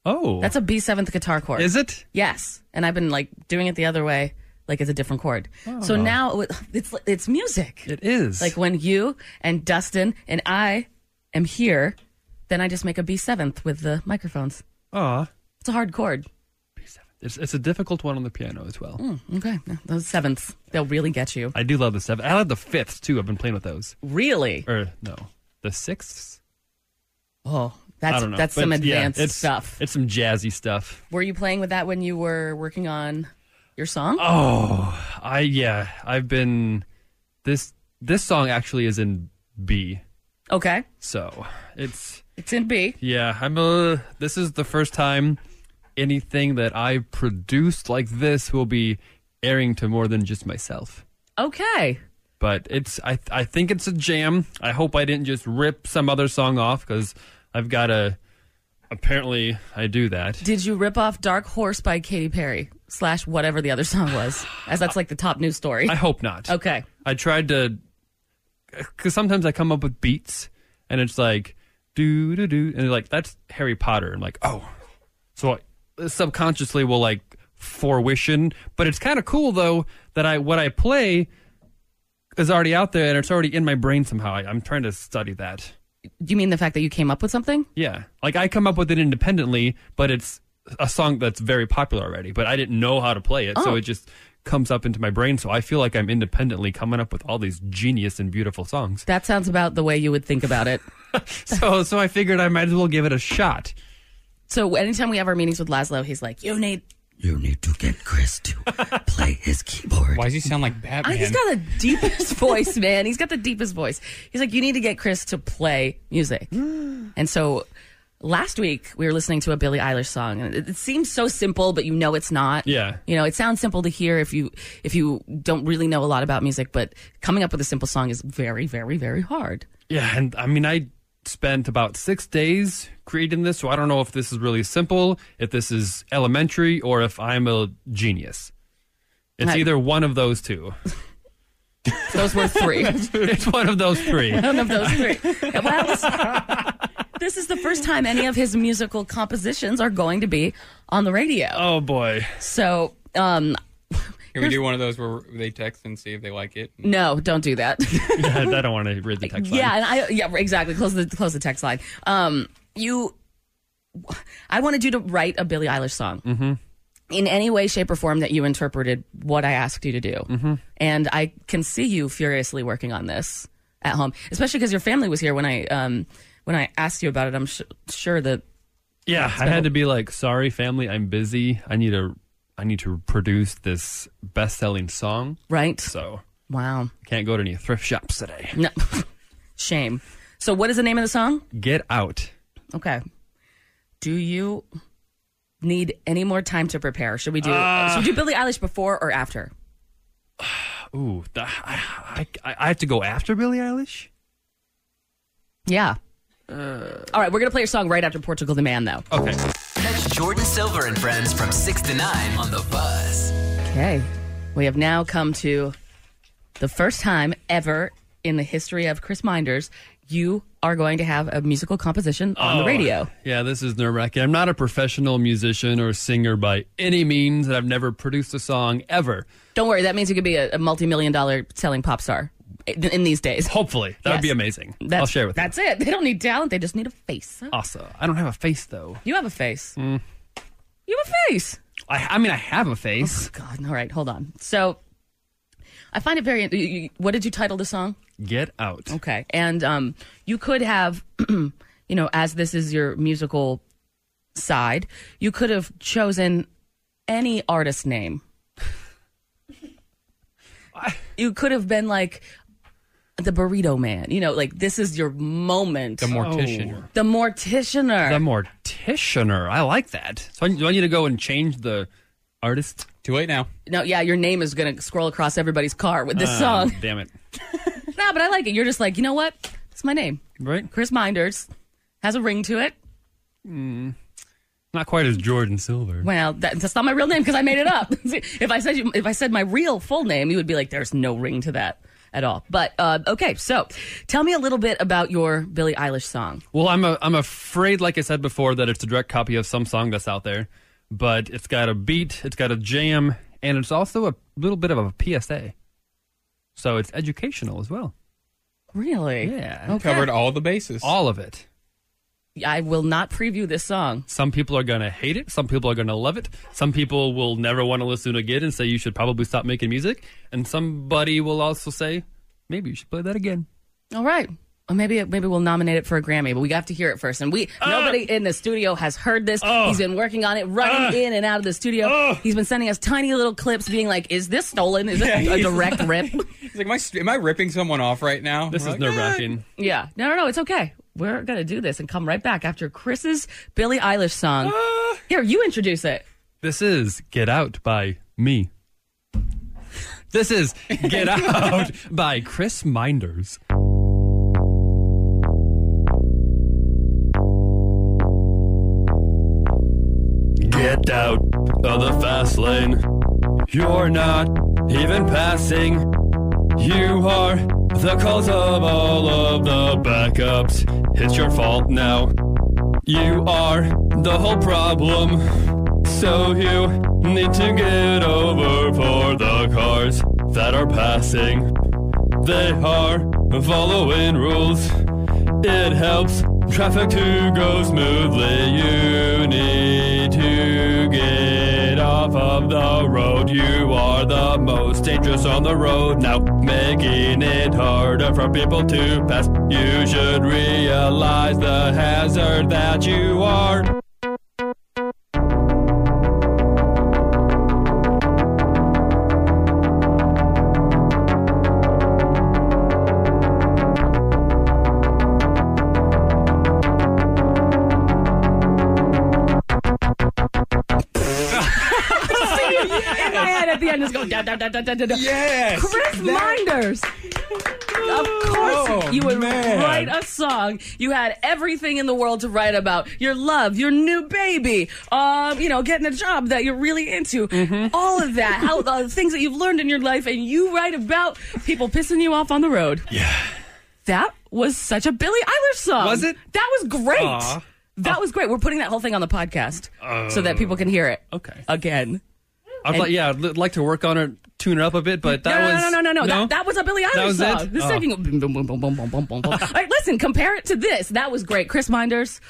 S4: Oh.
S2: That's a B seventh guitar chord.
S4: Is it?
S2: Yes, and I've been like doing it the other way, like it's a different chord.
S4: Oh.
S2: So now it- it's it's music.
S4: It is.
S2: Like when you and Dustin and I am here, then I just make a B seventh with the microphones.
S4: ah,
S2: It's a hard chord. Hmm,
S4: it's, it's a difficult one on the piano as well.
S2: Okay, yeah, those sevenths they'll really get you.
S4: I do love the seven. I love the fifths too. I've been playing with those.
S2: Really?
S4: Or no, the sixths.
S2: Oh,
S4: I
S2: that's
S4: don't know.
S2: that's
S4: But
S2: some
S4: it's- yeah,
S2: advanced
S4: it's-
S2: stuff.
S4: It's some jazzy stuff.
S2: Were you playing with that when you were working on your song?
S4: Oh, I yeah. I've been this this song actually is in B,
S2: Okay,
S4: so it's
S2: it's in B.
S4: yeah. I'm a. This is the first time anything that I produced like this will be airing to more than just myself.
S2: Okay.
S4: but it's I I think it's a jam. I hope I didn't just rip some other song off because I've got a. Apparently, I do that.
S2: Did you rip off Dark Horse by Katy Perry slash whatever the other song was? As that's like the top news story.
S4: I hope not.
S2: Okay.
S4: I tried to, because sometimes I come up with beats and it's like do do do, and they're like that's Harry Potter. I'm like oh, so I, subconsciously will like fruition. But it's kind of cool though that I what I play is already out there and it's already in my brain somehow. I, I'm trying to study that.
S2: Do you mean the fact that you came up with something?
S4: Yeah, like I come up with it independently, but it's a song that's very popular already. But I didn't know how to play it,
S2: Oh.
S4: so it just comes up into my brain. So I feel like I'm independently coming up with all these genius and beautiful songs.
S2: That sounds about the way you would think about it.
S4: so so I figured I might as well give it a shot.
S2: So anytime we have our meetings with Laszlo, he's like, "You need."
S10: You need to get Chris to play his keyboard.
S3: Why does he sound like
S2: I,
S3: Batman?
S2: he's got the deepest voice, man. He's got the deepest voice. He's like, "You need to get Chris to play music." and so last week we were listening to a Billie Eilish song, and it, it seems so simple, but you know it's not.
S4: Yeah.
S2: You know, it sounds simple to hear if you if you don't really know a lot about music, but coming up with a simple song is very, very, very hard.
S4: Yeah, and I mean, I spent about six days creating this, so I don't know if this is really simple, if this is elementary, or if I'm a genius. It's
S2: I-
S4: either one of those two.
S2: Those were three.
S4: it's one of those three.
S2: None of those three. Well, this, this is the first time any of his musical compositions are going to be on the radio.
S4: Oh boy.
S2: So, um,
S3: Can we do one of those where they text and see if they like it?
S2: no, don't do that.
S4: Yeah, I don't want to read the text. line.
S2: yeah, and I yeah exactly. Close the close the text line. Um, you, I wanted you to write a Billie Eilish song. In any way, shape, or form that you interpreted what I asked you to do, and I can see you furiously working on this at home, especially because your family was here when I um, when I asked you about it. I'm su sure that
S4: Yeah, I had to be like, sorry, family, I'm busy. I need to, I need to produce this best-selling song,
S2: right.
S4: so
S2: Wow.
S4: can't go to any thrift shops today.
S2: No. Shame. So, what is the name of the song?
S4: Get out.
S2: Okay. Do you need any more time to prepare? Should we do? should
S4: Uh.
S2: we do Billie Eilish before or after?
S4: Ooh, the, I, I, I have to go after Billie Eilish.
S2: Yeah. Uh. All right, we're gonna play your song right after Portugal the Man, though.
S4: Okay.
S6: Catch Jordan Silver and friends from 6 to 9 on The Buzz.
S2: Okay. We have now come to the first time ever in the history of Chris Minders you are going to have a musical composition on the
S4: Oh,
S2: radio.
S4: Yeah, this is nerve wracking. I'm not a professional musician or singer by any means, and I've never produced a song ever.
S2: Don't worry, that means you could be a, a multi-million dollar selling pop star in, in these days.
S4: Hopefully, that would be
S2: Yes.
S4: amazing.
S2: That's,
S4: I'll share with
S2: That's it. They don't need talent. They just need a face.
S4: you. Also, I don't have a face though.
S2: You have a face. You have a face.
S4: I, I mean, I have a face.
S2: God. All right. Hold on. So, I find it very. you- you- What did you title the song?
S4: Get out.
S2: Okay. And um, you could have, you know, as this is your musical side, you could have chosen any artist name. you could have been like the Burrito Man. You know, like this is your moment.
S3: The
S4: Oh.
S3: mortician.
S2: The morticianer.
S4: The morticianer. I like that. So I, do I need to go and change the artist?
S3: Too late now.
S2: No, yeah, your name is gonna scroll across everybody's car with this
S4: Ah,
S2: song.
S4: Damn it.
S2: Nah, but I like it. You're just like, you know what? It's my name.
S4: Right?
S2: Chris Minders has a ring to it.
S4: Not quite as Jordan Silver.
S2: Well, that, that's not my real name because I made it up. if I said you, if I said my real full name, you would be like, "There's no ring to that at all." But uh, okay, so tell me a little bit about your Billie Eilish song.
S4: Well, I'm a, I'm afraid, like I said before, that it's a direct copy of some song that's out there, but it's got a beat, it's got a jam, and it's also a little bit of a PSA. So it's educational as well.
S2: Really?
S4: Yeah.
S2: Okay.
S3: Covered all the bases.
S4: All of it.
S2: I will not preview this song.
S4: Some people are going to hate it. Some people are going to love it. Some people will never want to listen again and say you should probably stop making music. And somebody will also say maybe you should play that again.
S2: All right. Well, maybe maybe we'll nominate it for a Grammy, but we have to hear it first. And we nobody in the studio has heard this. He's been working on it, running in and out of the studio. He's been sending us tiny little clips, being like, "Is this stolen? Is this a
S3: he's
S2: direct rip?"
S3: It's like, am I, st- am I ripping someone off right now?
S4: This
S3: We're
S4: is
S3: like,
S4: nerve
S3: "Eh."
S4: wracking.
S2: Yeah. No, no, no. It's okay. We're going to do this and come right back after Chris's Billie Eilish song.
S4: Uh.
S2: Here, you introduce it.
S4: This is Get Out by me. This is Get Out by Chris Minders. Get out of the fast lane. You're not even passing. You are the cause of all of the backups. It's your fault now. You are the whole problem. So you need to get over for the cars that are passing. They are following rules. It helps traffic to go smoothly. You need to get off of the road. You are the most dangerous on the road now, making it harder for people to pass. You should realize the hazard that you are.
S2: in my head at the end is going da da da da da da. da.
S3: Yes,
S2: Chris
S3: that-
S2: Minders. Of course,
S3: Oh,
S2: you would
S3: man.
S2: write a song. You had everything in the world to write about your love, your new baby, um, you know, getting a job that you're really into, all of that, how the things that you've learned in your life, and you write about people pissing you off on the road. Yeah, that was such a Billie Eilish song.
S4: Was it?
S2: That was great.
S4: Aw.
S2: That was great. We're putting that whole thing on the podcast so that people can hear it
S4: Okay.
S2: again.
S4: I'd like, yeah, I'd li- like to work on it, tune it up a bit, but that
S2: no,
S4: was
S2: no, no, no, no, no. That, that was a Billie Eilish
S4: That was
S2: song.
S4: it?
S2: This
S4: Oh.
S2: second, boom, boom, boom, boom, boom, boom, boom, boom. All right, listen, compare it to this. That was great. Chris Minders,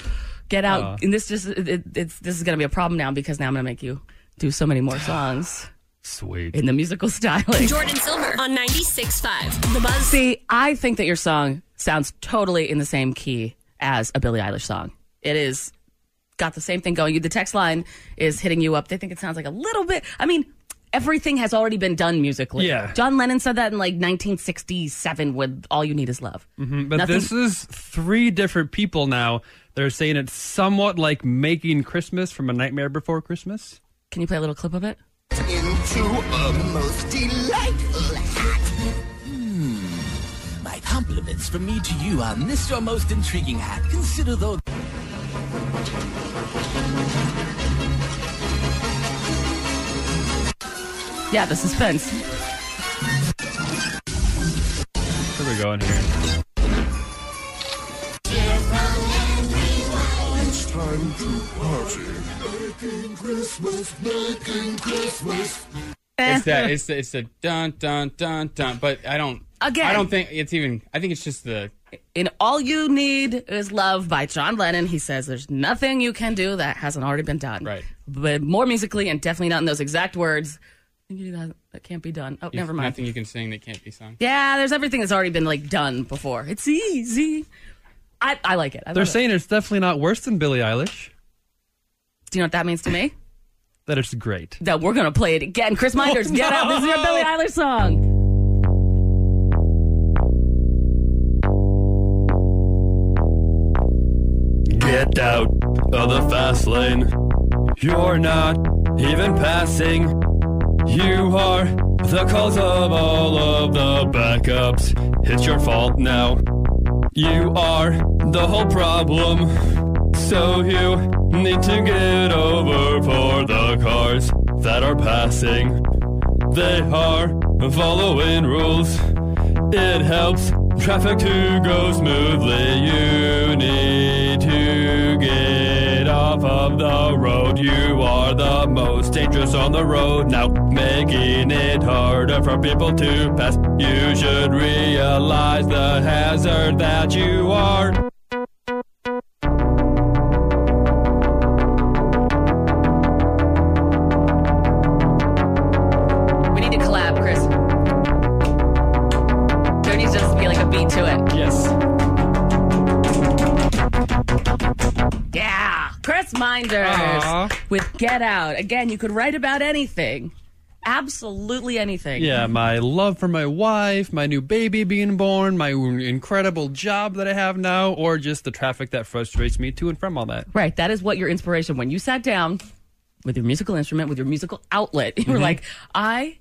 S2: get out.
S4: Oh.
S2: And this just it, it's this is gonna be a problem now because now I'm gonna make you do so many more songs
S4: sweet.
S2: in the musical styling.
S7: Jordan Silver on 96.5. The Buzz.
S2: See, I think that your song sounds totally in the same key as a Billie Eilish song. It is got the same thing going. You- The text line is hitting you up. They think it sounds like a little bit. I mean, everything has already been done musically.
S4: Yeah.
S2: John Lennon said that in like 1967 with "All You Need Is Love." Mm-hmm,
S4: But this is three different people now. They're saying it's somewhat like making Christmas from A Nightmare Before Christmas.
S2: Can you play a little clip of it?
S11: into a most delightful hat.
S6: My compliments from me to you on this your most intriguing hat. Consider though.
S2: Yeah, the suspense.
S4: Here we go in here.
S11: It's time to party. Making Christmas, making Christmas.
S3: It's that. It's the, it's the dun dun dun dun. But I don't.
S2: Again.
S3: I don't think it's even. I think it's just the.
S2: In All You Need Is Love by John Lennon, he says there's nothing you can do that hasn't already been done.
S3: Right.
S2: But more musically and definitely not in those exact words. That can't be done. Oh, never mind.
S3: Nothing you can sing that can't be sung.
S2: Yeah, there's everything that's already been like done before. It's easy. I, I like it. I
S4: They're
S2: love it.
S4: saying it's definitely not worse than Billie Eilish.
S2: Do you know what that means to me?
S4: That it's great.
S2: That we're gonna play it again. Chris Minders, get out. This is your Billie Eilish song.
S4: Get out of the fast lane. You're not even passing. You are the cause of all of the backups. It's your fault now. You are the whole problem. So you need to get over for the cars that are passing. They are following rules. It helps traffic to go smoothly. You need to get off of the road. You are the most dangerous on the road now, making it harder for people to pass. You should realize the hazard that you are.
S2: We need to collab, Chris. There needs to just be like a beat to it.
S4: Yes.
S2: Yeah, Chris Minders
S4: Aw.
S2: with Get Out. Again, you could write about anything, absolutely anything.
S4: Yeah, my love for my wife, my new baby being born, my incredible job that I have now, or just the traffic that frustrates me to and from all that.
S2: Right. That is what your inspiration when you sat down with your musical instrument, with your musical outlet,
S4: Mm-hmm.
S2: you were like, I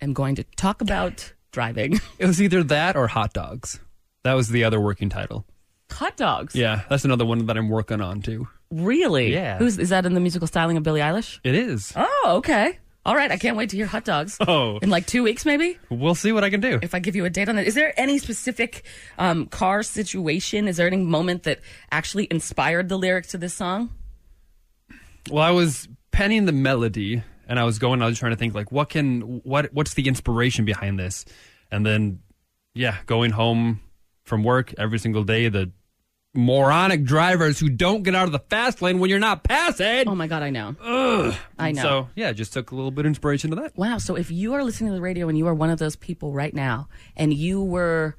S2: am going to talk about driving.
S4: It was either that or hot dogs. That was the other working title.
S2: Hot dogs.
S4: Yeah, that's another one that I'm working on too.
S2: Really?
S4: Yeah.
S2: Who's is that in the musical styling of Billie Eilish?
S4: It is.
S2: Oh, okay. All right. I can't wait to hear hot dogs.
S4: Oh.
S2: In like two weeks maybe?
S4: We'll see what I can do.
S2: If I give you a date on that. Is there any specific um, car situation? Is there any moment that actually inspired the lyrics to this song?
S4: Well, I was penning the melody, and I was going. I was trying to think like, what can what what's the inspiration behind this? And then, yeah, going home from work every single day, the moronic drivers who don't get out of the fast lane when you're not passing.
S2: Oh my god, I know.
S4: Ugh.
S2: I know.
S4: So yeah, just took a little bit of inspiration to that.
S2: Wow. So if you are listening to the radio and you are one of those people right now, and you were,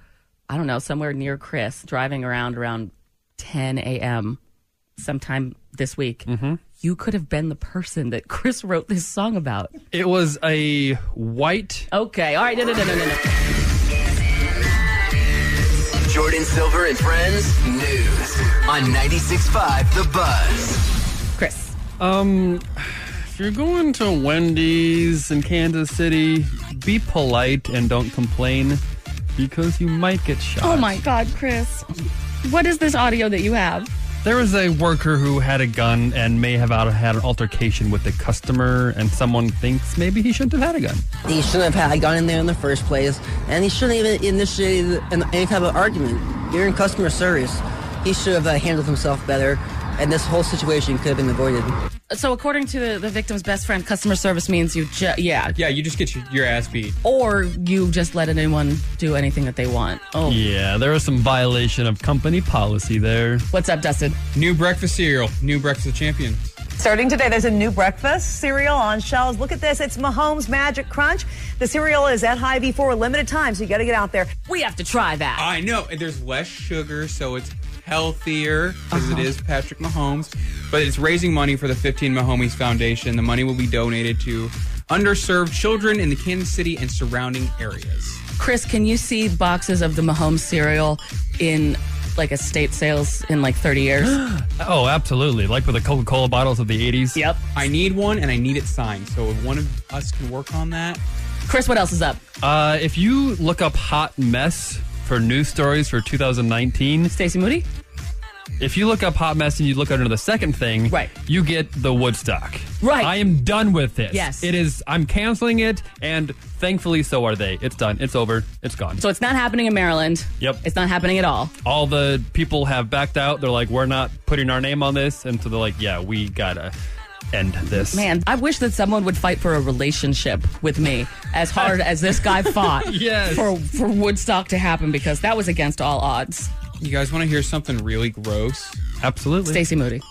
S2: I don't know, somewhere near Chris driving around around 10 a.m. sometime this week, you could have been the person that Chris wrote this song about.
S4: It was a white.
S2: Okay. All right. No, no, no, no, no. no.
S6: Jordan Silver and Friends News on 96.5 The Buzz.
S2: Chris.
S4: Um, if you're going to Wendy's in Kansas City, be polite and don't complain because you might get shot.
S5: Oh my God, Chris. What is this audio that you have?
S4: There was a worker who had a gun and may have out- had an altercation with a customer, and someone thinks maybe he shouldn't have had a gun.
S12: He shouldn't have had a gun in there in the first place, and he shouldn't even initiated an, any type of argument. You're in customer service. He should have uh, handled himself better, and this whole situation could have been avoided.
S2: So according to the, the victim's best friend, customer service means you, ju- yeah,
S3: Yeah, you just get your, your ass beat.
S2: or you just let anyone do anything that they want. Oh.
S4: Yeah, there was some violation of company policy there.
S2: What's up, Dustin?
S3: New breakfast cereal, new breakfast champion.
S13: Starting today, there's a new breakfast cereal on shelves. Look at this. It's Mahomes Magic Crunch. The cereal is at Hy-Vee for a limited time, so you got to get out there.
S2: We have to try that.
S3: I know. And there's less sugar, so it's healthier because
S2: Uh-huh.
S3: is Patrick Mahomes. But it's raising money for the 15 Mahomes Foundation. The money will be donated to underserved children in the Kansas City and surrounding areas.
S2: Chris, can you see boxes of the Mahomes cereal in like estate sales in like 30 years?
S4: Oh, absolutely. Like with the Coca Cola bottles of the 80s.
S2: Yep.
S3: I need one and I need it signed. So if one of us can work on that.
S2: Chris, what else is up?
S4: Uh, if you look up hot mess for news stories for 2019,
S2: Stacey Moody.
S4: If you look up hot mess and you look under the second thing, right. you get the Woodstock.
S2: Right.
S4: I am done with this.
S2: Yes.
S4: It is. I'm canceling it, and thankfully, so are they. It's done. It's over. It's gone.
S2: So it's not happening in Maryland.
S4: Yep.
S2: It's not happening at all.
S4: all the people have backed out. They're like, we're not putting our name on this, and so they're like, yeah, we gotta end this.
S2: Man, I wish that someone would fight for a relationship with me as hard as this guy fought
S4: Yes.
S2: for, for Woodstock to happen because that was against all odds.
S3: You guys want to hear something really gross?
S4: Absolutely.
S2: Stacey Moody.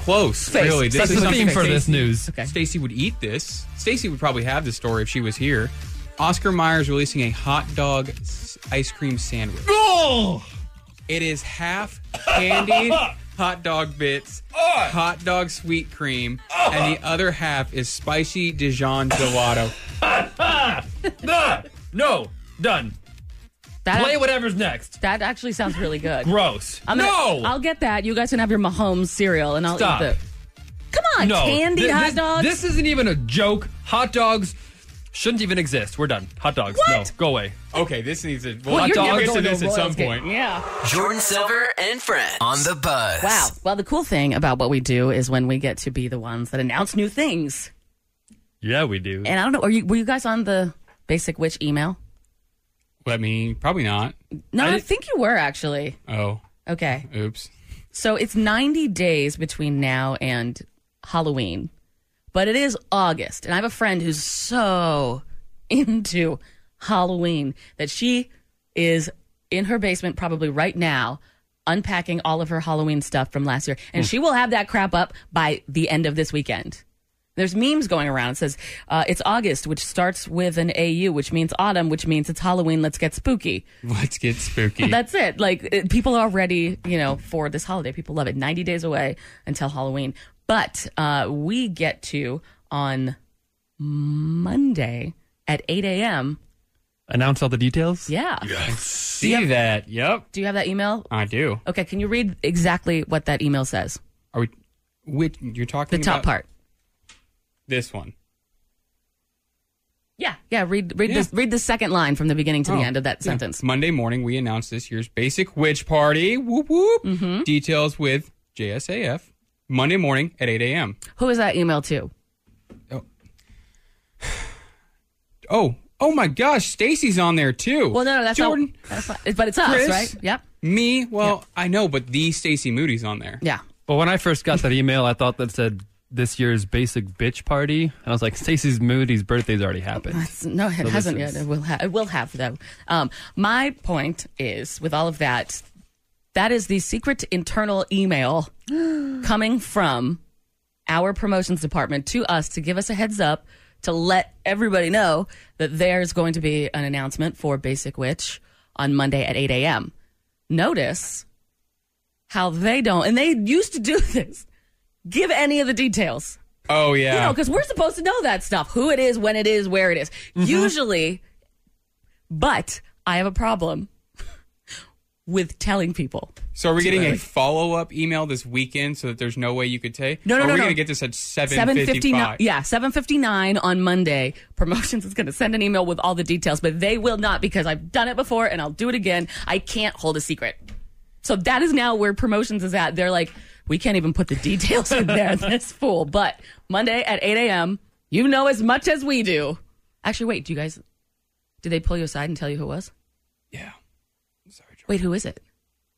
S3: Close.
S2: Face.
S3: Really.
S2: That's the
S3: something
S2: theme for
S3: Stacey-
S2: this news.
S3: Stacey would eat this. Stacey would probably have this story if she was here. Oscar Myers releasing a hot dog s- ice cream sandwich.
S4: Oh!
S3: It is half candied hot dog bits, hot dog sweet cream, and the other half is spicy Dijon gelato.
S4: no, done.
S2: That-
S4: Play whatever's next.
S2: That actually sounds really good.
S4: Gross.
S2: I'm
S4: no.
S2: gonna, I'll get that. You guys can have your Mahomes cereal and I'll
S4: Stop.
S2: eat the. Come on,
S4: no.
S2: candy
S4: Th-
S2: hot
S4: this,
S2: dogs.
S4: This isn't even a joke. Hot dogs shouldn't even exist. We're done. Hot dogs. No,
S6: What?
S4: go away.
S3: Okay, this needs a
S6: Well,
S4: hot
S6: you're never
S4: dogs.
S6: going to a Royals game.
S2: Yeah.
S6: Jordan Silver and Friends on The Buzz.
S2: Wow. Well, the cool thing about what we do is when we get to be the ones that announce new things.
S4: Yeah, we do.
S2: And I don't know, are you were you guys on the Basic Witch email?
S3: Let me, probably not.
S2: No, I, think you were actually.
S3: Oh,
S2: Okay.
S3: oops.
S2: So it's 90 days between now and Halloween, but it is August. And I have a friend who's so into Halloween that she is in her basement probably right now unpacking all of her Halloween stuff from last year. And she will have that crap up by the end of this weekend. There's memes going around. It says, uh, it's August, which starts with an AU, which means autumn, which means it's Halloween. Let's get spooky.
S3: Let's get spooky.
S2: That's it. Like it, people are ready, you know, for this holiday. People love it. 90 days away until Halloween. But uh, we get to on Monday at 8 a.m.
S4: Announce all the details.
S2: Yeah.
S4: See that? Yep.
S2: Do you have that email?
S3: I do.
S2: Okay. Can you read exactly what that email says?
S3: Are we? Which you're talking
S2: The top
S3: about-
S2: part.
S3: This one.
S2: Yeah. Yeah. Read read this read the second line from the beginning to
S3: Oh,
S2: the end of that
S3: yeah.
S2: sentence.
S3: Monday morning, we announced this year's Basic Witch Party. Whoop whoop.
S2: Mm-hmm.
S3: Details with JSAF. Monday morning at 8 a.m.
S2: Who is that email to?
S3: Oh, oh my gosh, Stacy's on there too.
S2: Well, no, no, that's
S3: Jordan,
S2: not. That's not but it's us,
S3: Chris?
S2: right? Yep.
S3: me. Well, I know, but the Stacy Moody's on there.
S2: Yeah.
S4: But when I first got that email, I thought that said this year's basic bitch party, and I was like, Stacy's Moody's birthday's already happened.
S2: That's- no, it
S4: So this
S2: hasn't
S4: is-
S2: yet. It will, ha- it will have, though. Um, my point is with all of that, that is the secret internal email coming from our promotions department to us to give us a heads up to let everybody know that there's going to be an announcement for Basic Witch on Monday at 8 a.m. Notice how they don't, and they used to do this, give any of the details.
S3: Oh yeah.
S2: You know, because we're supposed to know that stuff who it is, when it is, where it is. Usually, but I have a problem with telling people.
S3: so are we getting
S2: Really?
S3: a follow up email this weekend so that there's no way you could take?
S2: No, no,
S3: Or are
S2: no,
S3: we
S2: no.
S3: gonna get this at seven
S2: 759
S3: fifty-five.
S2: yeah 759 on monday promotions is going to send an email with all the details but they will not because i've done it before and i'll do it again i can't hold a secret so that is now where promotions is at they're like we can't even put the details in there this fool but monday at 8 a.m you know as much as we do actually wait do you guys did they pull you aside and tell you who it was yeah sorry wait who is it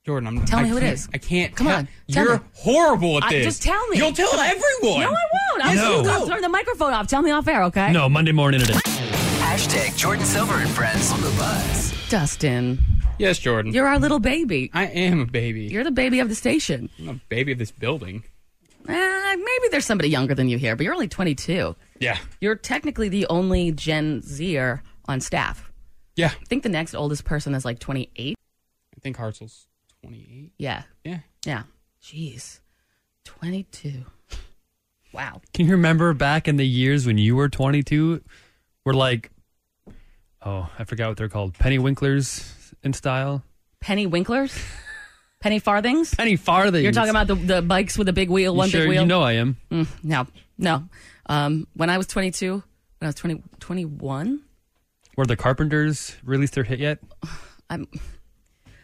S3: Jordan, I'm
S2: Tell
S3: I
S2: me who it
S3: can't-
S2: is.
S3: I can't.
S2: Come
S3: tell-
S2: on, tell
S3: You're
S2: me.
S3: horrible at
S2: I-
S3: this.
S2: just tell me
S3: You'll tell
S2: Come on.
S3: everyone.
S2: no i won't i
S4: No.
S2: will I'll turn the microphone off tell me off air okay
S4: No, Monday morning it is.
S6: Hashtag Jordan Silver and friends on the bus.
S2: Dustin,
S3: Yes, Jordan.
S2: you're our little baby.
S3: I am a baby.
S2: You're the baby of the station.
S3: I'm a baby of this building.
S2: Eh, maybe there's somebody younger than you here, but you're only 22.
S3: Yeah.
S2: You're technically the only Gen Zer on staff.
S3: Yeah.
S2: I think the next oldest person is like 28.
S3: I think Hartzel's 28.
S2: Yeah.
S3: Yeah.
S2: Yeah. Jeez. 22. Wow.
S4: Can you remember back in the years when you were 22? We're like, oh, I forgot what they're called. Penny Winklers in style.
S2: Penny Winklers? Penny Farthings?
S4: Penny Farthings.
S2: You're talking about the, the bikes with the big wheel,
S4: You
S2: one
S4: sure
S2: big wheel?
S4: you know I am.
S2: Mm, no, no. Um, when I was 22, when I was 20, 21,
S4: Were the Carpenters released their hit yet?
S2: I'm, uh,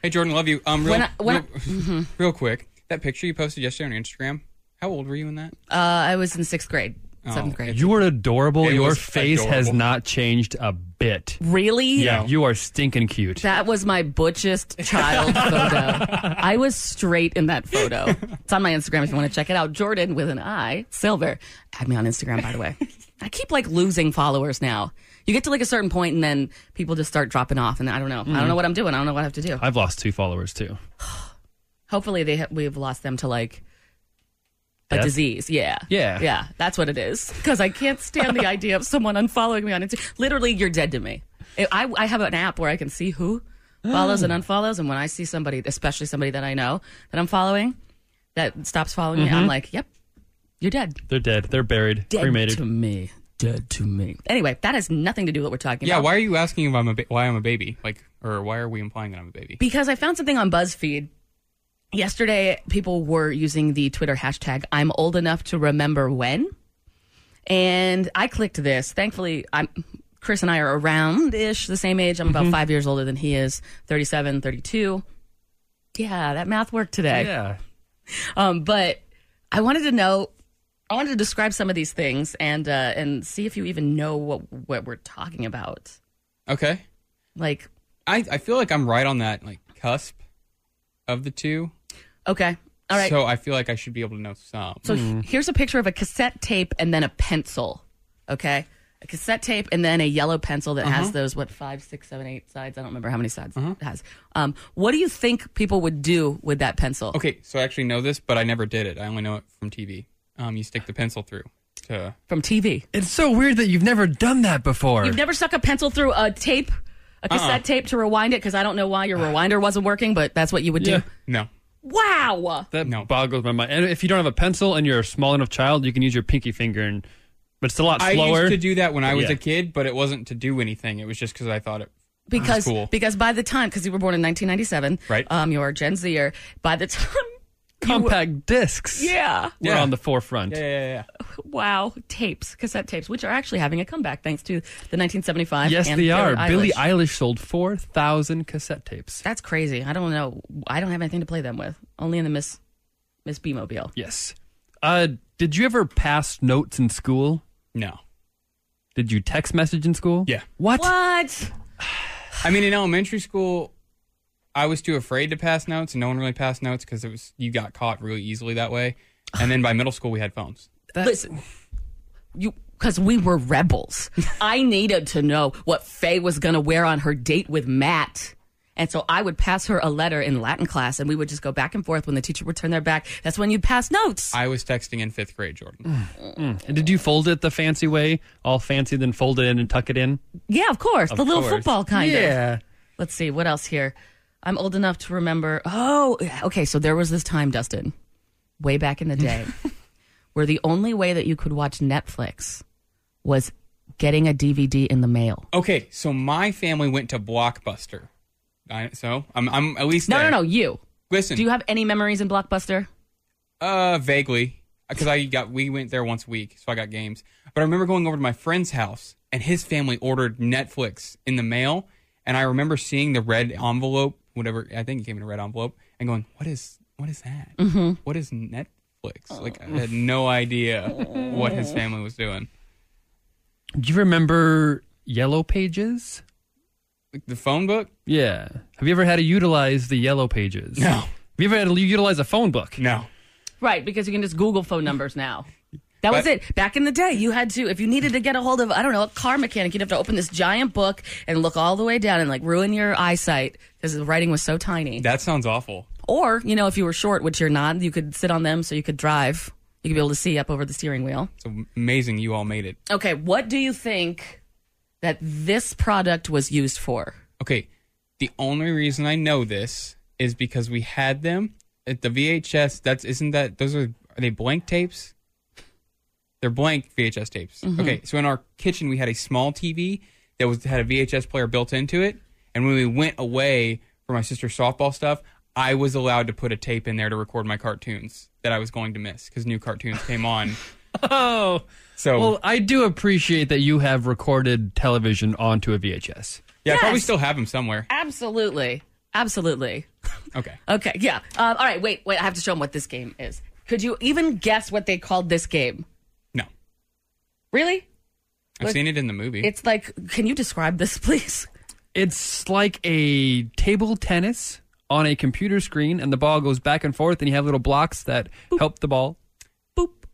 S3: Hey, Jordan, love you. Um, real,
S2: When I- when I- mm-hmm.
S3: real, real quick, that picture you posted yesterday on Instagram. How old were you in that?
S2: uh, I was in sixth grade, seventh grade.
S4: You were adorable.
S3: It
S4: Your
S3: was
S4: face has
S3: adorable.
S4: not changed a bit.
S2: Really?
S4: Yeah, you are stinking cute.
S2: That was my butchest child photo. I was straight in that photo. It's on my Instagram if you want to check it out. Jordan with an I, Silver. Add me on Instagram, by the way. I keep like losing followers now. You get to like a certain point and then people just start dropping off, and I don't know. I don't know
S4: Mhm.
S2: what I'm doing. I don't know what I have to do.
S4: I've lost two followers too.
S2: Hopefully, they ha- we've lost them to like a
S4: Death?
S2: disease. Yeah.
S4: Yeah.
S2: Yeah. That's what it is. Because I can't stand the idea of someone unfollowing me on Instagram. Literally, you're dead to me. I, I- I have an app where I can see who follows and unfollows. And when I see somebody, especially somebody that I know that I'm following, that stops following me, I'm
S4: Mhm.
S2: like, yep, you're dead.
S4: They're dead. They're buried.
S2: Dead
S4: cremated.
S2: to me. Dead to me. Anyway, that has nothing to do with what we're talking
S3: Yeah.
S2: about.
S3: Why are you asking if I'm a ba- why I'm a baby? Like, or why are we implying that I'm a baby?
S2: Because I found something on BuzzFeed. Yesterday, people were using the Twitter hashtag, I'm old enough to remember when. And I clicked this. Thankfully, I'm. Chris and I are around ish the same age. I'm about
S4: Mhm.
S2: five years older than he is 37, 32. Yeah, that math worked today.
S4: Yeah.
S2: Um, but I wanted to know, I wanted to describe some of these things and uh, and see if you even know what, what we're talking about.
S3: Okay.
S2: Like,
S3: I I feel like I'm right on that like cusp of the two.
S2: okay, all right.
S3: So I feel like I should be able to know some.
S2: So he- here's a picture of a cassette tape and then a pencil. Okay. A cassette tape and then a yellow pencil that has
S14: Uh-huh.
S2: those, what, five, six, seven, eight sides? I don't remember how many sides
S3: Uh-huh.
S2: it has. Um, what do you think people would do with that pencil?
S3: okay. So I actually know this, but I never did it. I only know it from TV. Um, you stick the pencil through to
S2: From TV.
S4: It's so weird that you've never done that before.
S2: You've never stuck a pencil through a tape, a
S4: Uh-uh.
S2: cassette tape to rewind it because I don't know why your rewinder wasn't working, but that's what you would do.
S3: No.
S2: Wow.
S4: That boggles my mind. And if you don't have a pencil and you're a small enough child, you can use your pinky finger, and but it's a lot
S3: I
S4: slower.
S3: used to do that when I was
S4: Yeah.
S3: a kid, but it wasn't to do anything. It was just because I thought it
S2: Because
S3: was cool.
S2: because by the time because you were born in 1997,
S3: Right.
S2: Um, you're a Gen Zer. By the time
S4: compact discs,
S2: yeah,
S4: we're on the forefront.
S3: yeah, yeah.
S2: Wow, tapes, cassette tapes, which are actually having a comeback thanks to the 1975.
S4: Yes,
S2: and
S4: they
S2: Billie
S4: are. Billie
S2: Eilish.
S4: Eilish sold four thousand cassette tapes.
S2: That's crazy. I don't know. I don't have anything to play them with. Only in the Miss Miss B Mobile.
S4: Yes. Uh, did you ever pass notes in school?
S3: No.
S4: Did you text message in school? Yeah. What?
S2: What?
S3: I mean, in elementary school, I was too afraid to pass notes, and no one really passed notes because it was you got caught really easily that way. And then by middle school, we had phones.
S2: Listen, you because we were rebels. I needed to know what Faye was going to wear on her date with Matt. And so I would pass her a letter in Latin class, and we would just go back and forth. When the teacher would turn their back, that's when you'd pass notes.
S3: I was texting in fifth grade, Jordan.
S4: Mm. And did you fold it the fancy way, all fancy, then fold it in and tuck it in?
S2: Yeah, of course,
S4: Of
S2: the little
S4: course.
S2: football kind of.
S4: Yeah.
S2: Let's see what else here. I'm old enough to remember. Oh, okay. So there was this time, Dustin, way back in the day, where the only way that you could watch Netflix was getting a DVD in the mail.
S3: Okay, so my family went to Blockbuster. I, so I'm, I'm at least
S2: No, no,
S3: there.
S2: no. You
S3: Listen,
S2: Do you have any memories in Blockbuster?
S3: Uh, vaguely, because I got we went there once a week, so I got games. But I remember going over to my friend's house, and his family ordered Netflix in the mail, and I remember seeing the red envelope, whatever I think it came in a red envelope, and going, "What is what is that?
S2: Mhm.
S3: What is Netflix?" Like I had no idea what his family was doing.
S4: Do you remember Yellow Pages?
S3: Like the phone book?
S4: Yeah. Have you ever had to utilize the Yellow Pages? No. Have you ever had to utilize a phone book?
S3: No.
S2: Right, because you can just Google phone numbers now. That was
S4: But-
S2: it. Back in the day, you had to, if you needed to get a hold of, I don't know, a car mechanic, you'd have to open this giant book and look all the way down and like ruin your eyesight because the writing was so tiny.
S3: That sounds awful.
S2: Or, you know, if you were short, which you're not, you could sit on them so you could drive. You could be able to see up over the steering wheel.
S3: It's amazing you all made it.
S2: Okay, what do you think that this product was used for?
S3: Okay, the only reason I know this is because we had them at the VHS. That's isn't that those are are they blank tapes? They're blank VHS tapes.
S14: Mhm.
S3: Okay, so in our kitchen we had a small TV that was had a VHS player built into it, and when we went away for my sister's softball stuff, I was allowed to put a tape in there to record my cartoons that I was going to miss because new cartoons came on.
S4: Oh.
S3: So-
S4: Well, I do appreciate that you have recorded television onto a VHS.
S3: Yeah, I probably
S2: Yes.
S3: still have them somewhere.
S2: Absolutely. Absolutely.
S3: Okay.
S2: Okay, yeah. Um, all right, wait, wait. I have to show them what this game is. Could you even guess what they called this game?
S3: No.
S2: Really?
S3: I've
S2: Like,
S3: seen it in the movie.
S2: It's like, can you describe this, please?
S4: It's like a table tennis on a computer screen, and the ball goes back and forth, and you have little blocks that help the ball.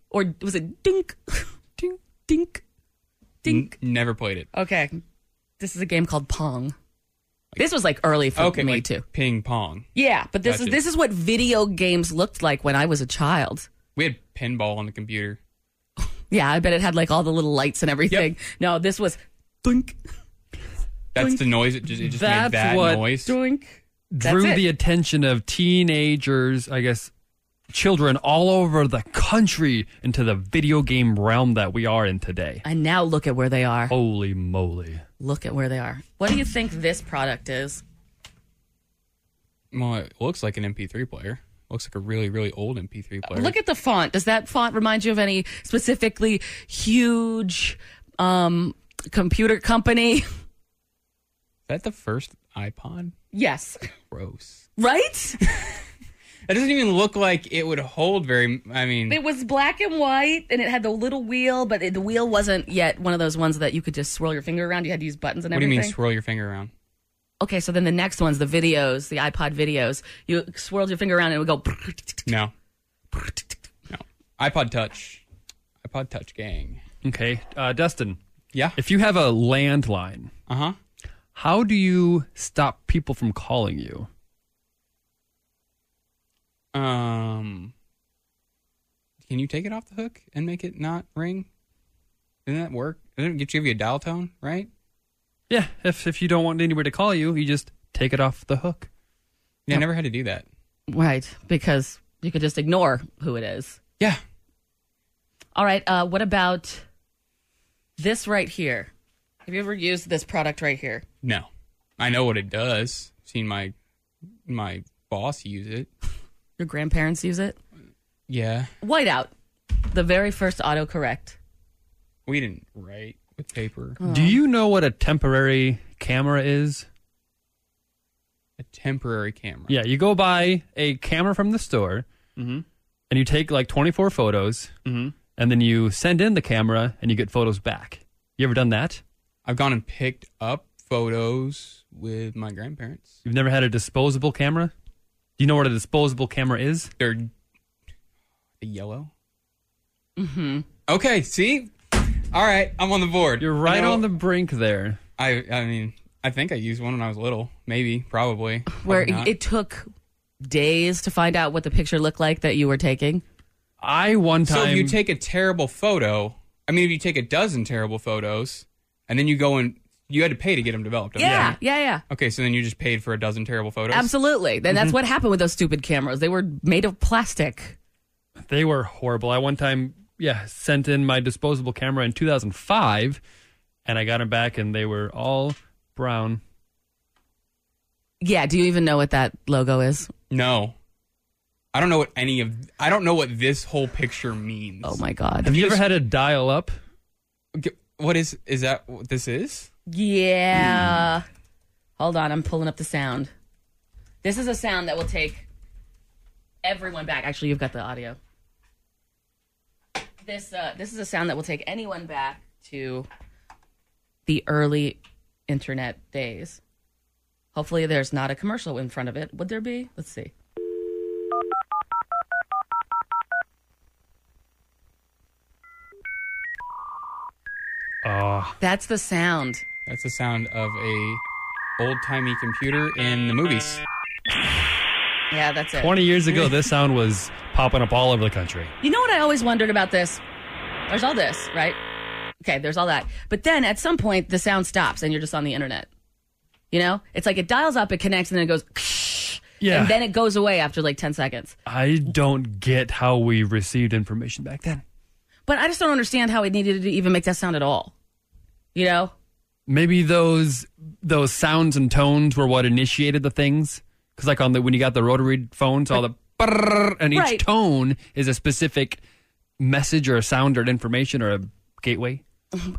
S2: Or was it dink, dink, dink?
S3: Dink. never played it.
S2: Okay, this is a game called Pong. This was like early for
S3: okay,
S2: me
S3: like
S2: too.
S3: Ping pong.
S2: Yeah, but this
S3: Gotcha.
S2: is this is what video games looked like when I was a child.
S3: We had pinball on the computer.
S2: Yeah, I bet it had like all the little lights and everything. No, this was dink.
S3: That's
S2: Doink.
S3: the noise. It just, it just made
S4: That's
S3: that
S4: what
S3: noise.
S2: Doink. That's
S4: drew
S2: it.
S4: the attention of teenagers, I guess, children all over the country into the video game realm that we are in today.
S2: And now look at where they are.
S3: Oh.
S4: Holy moly.
S2: Look at where they are. What do you think this product is?
S3: Well, it looks like an MP3 player. Looks like a really, really old MP3 player.
S2: Look at the font. Does that font remind you of any specifically huge um, computer company?
S3: Is that the first iPod?
S2: Yes.
S3: Gross.
S2: Right?
S3: That doesn't even look like it would hold very. I mean,
S2: It was black and white, and it had the little wheel, but it, the wheel wasn't yet one of those ones that you could just swirl your finger around. You had to use buttons and
S3: what do you
S2: everything.
S3: mean swirl your finger around?
S2: okay, so then the next one's the videos, the iPod videos. You swirled your finger around, and it would go.
S3: No. No. iPod Touch. iPod Touch gang.
S4: Okay. Uh, Dustin.
S3: Yeah.
S4: If you have a landline,
S3: uh huh.
S4: How do you stop people from calling you?
S3: Um, can you take it off the hook and make it not ring? Doesn't that work? Doesn't it give you a dial tone, right?
S4: Yeah. If if you don't want anybody to call you, you just take it off the hook.
S3: Yeah, I never had to do that.
S2: Right, because you could just ignore who it is.
S3: Yeah.
S2: All right. Uh, what about this right here? Have you ever used this product right here?
S3: No, I know what it does. Seen my my boss use it.
S2: Your grandparents use it?
S3: Yeah,
S2: Whiteout, the very first autocorrect.
S3: we didn't write with paper.
S4: Do you know what a temporary camera is?
S3: A temporary camera.
S4: Yeah, you go buy a camera from the store Mm-hmm.
S3: Mhm.
S4: and you take like 24 photos
S3: Mhm.
S4: and then you send in the camera and you get photos back. You ever done that?
S3: I've gone and picked up photos with my grandparents.
S4: You've never had a disposable camera? Do you know what a disposable camera is?
S3: They're yellow. Mm-hmm. Okay, see? All right, I'm on the board. You're
S4: right on the brink there.
S3: I I mean, I think I used one when I was little. Maybe, probably.
S2: Where
S3: Probably not.
S2: it took days to find out what the picture looked like that you were taking.
S4: I one
S3: So if you
S2: time-
S3: take a terrible photo, I mean, if you take a dozen terrible photos, and then you go and you had to pay to get them developed.
S2: Yeah, yeah, yeah.
S3: Okay, so then you just paid for a dozen terrible photos.
S2: Absolutely. Then that's
S3: Mhm.
S2: what happened with those stupid cameras. They were made of plastic.
S4: They were horrible. I one time, yeah, sent in my disposable camera in 2005, and I got them back, and they were all brown.
S2: Yeah. Do you even know what that logo is?
S3: No. I don't know what any of. I don't know what this whole picture means. Oh
S2: my god!
S4: Have you ever had a dial up?
S3: What is is that? What this is?
S2: Yeah. Hold on, I'm pulling up the sound. This is a sound that will take everyone back. Actually, you've got the audio. This uh, this is a sound that will take anyone back to the early internet days. Hopefully, there's not a commercial in front of it. Would there be? Let's see.
S4: Oh.
S2: That's the sound.
S3: That's the sound of a old timey computer in the movies.
S2: Yeah, that's it.
S4: 20 years ago, this sound was popping up all over the country.
S2: You know what I always wondered about this? There's all this, right? Okay, there's all that. But then at some point, the sound stops and you're just on the internet. You know? It's like it dials up, it connects, and then it goes,
S4: Yeah.
S2: and then it goes away after like 10 seconds.
S4: I don't get how we received information back then.
S2: But I just don't understand how it needed to even make that sound at all. You know?
S4: Maybe those those sounds and tones were what initiated the things. Because like on the when you got the rotary phones, all the brrrr, and each
S2: Right.
S4: tone is a specific message or a sound or an information or a gateway.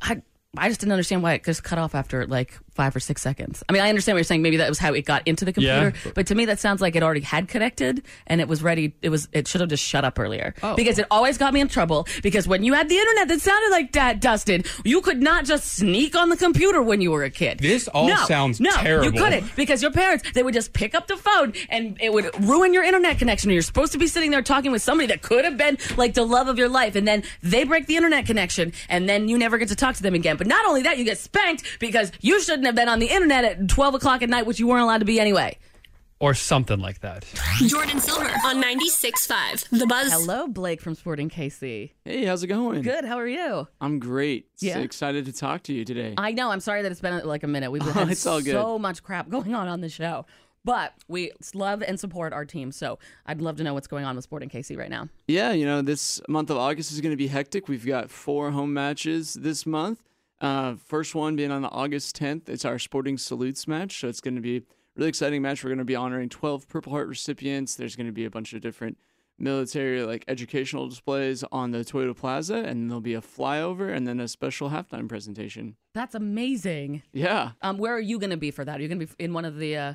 S2: I, I just didn't understand why it just cut off after like five or six seconds. I mean, I understand what you're saying. Maybe that was how it got into the computer,
S4: Yeah.
S2: but to me, that sounds like it already had connected and it was ready. It was it should have just shut up earlier because it always got me in trouble. Because when you had the internet that sounded like that, Dustin, you could not just sneak on the computer when you were a kid.
S3: This all
S2: no,
S3: sounds
S2: no,
S3: terrible.
S2: You couldn't because your parents they would just pick up the phone and it would ruin your internet connection. You're supposed to be sitting there talking with somebody that could have been like the love of your life, and then they break the internet connection, and then you never get to talk to them again. But not only that, you get spanked because you shouldn't have been on the internet at 12 o'clock at night, which you weren't allowed to be anyway.
S4: Or something like that.
S7: Jordan Silver on 96.5 The Buzz.
S2: Hello, Blake from Sporting KC.
S14: Hey, how's it going?
S2: Good. How are you?
S14: I'm great. So
S2: Yeah.
S14: excited to talk to you today.
S2: I know. I'm sorry that it's been like a minute. We've
S14: Oh,
S2: had
S14: it's all good.
S2: so much crap going on on the show, but we love and support our team. So I'd love to know what's going on with Sporting KC right now.
S14: yeah, you know, this month of August is going to be hectic. We've got four home matches this month. Uh, first one being on August 10th. It's our Sporting Salutes match. So it's going to be a really exciting match. We're going to be honoring 12 Purple Heart recipients. There's going to be a bunch of different military, like educational displays on the Toyota Plaza. And there'll be a flyover and then a special halftime presentation.
S2: That's amazing.
S14: Yeah.
S2: Um, where are you going to be for that? Are you going to be in one of the uh,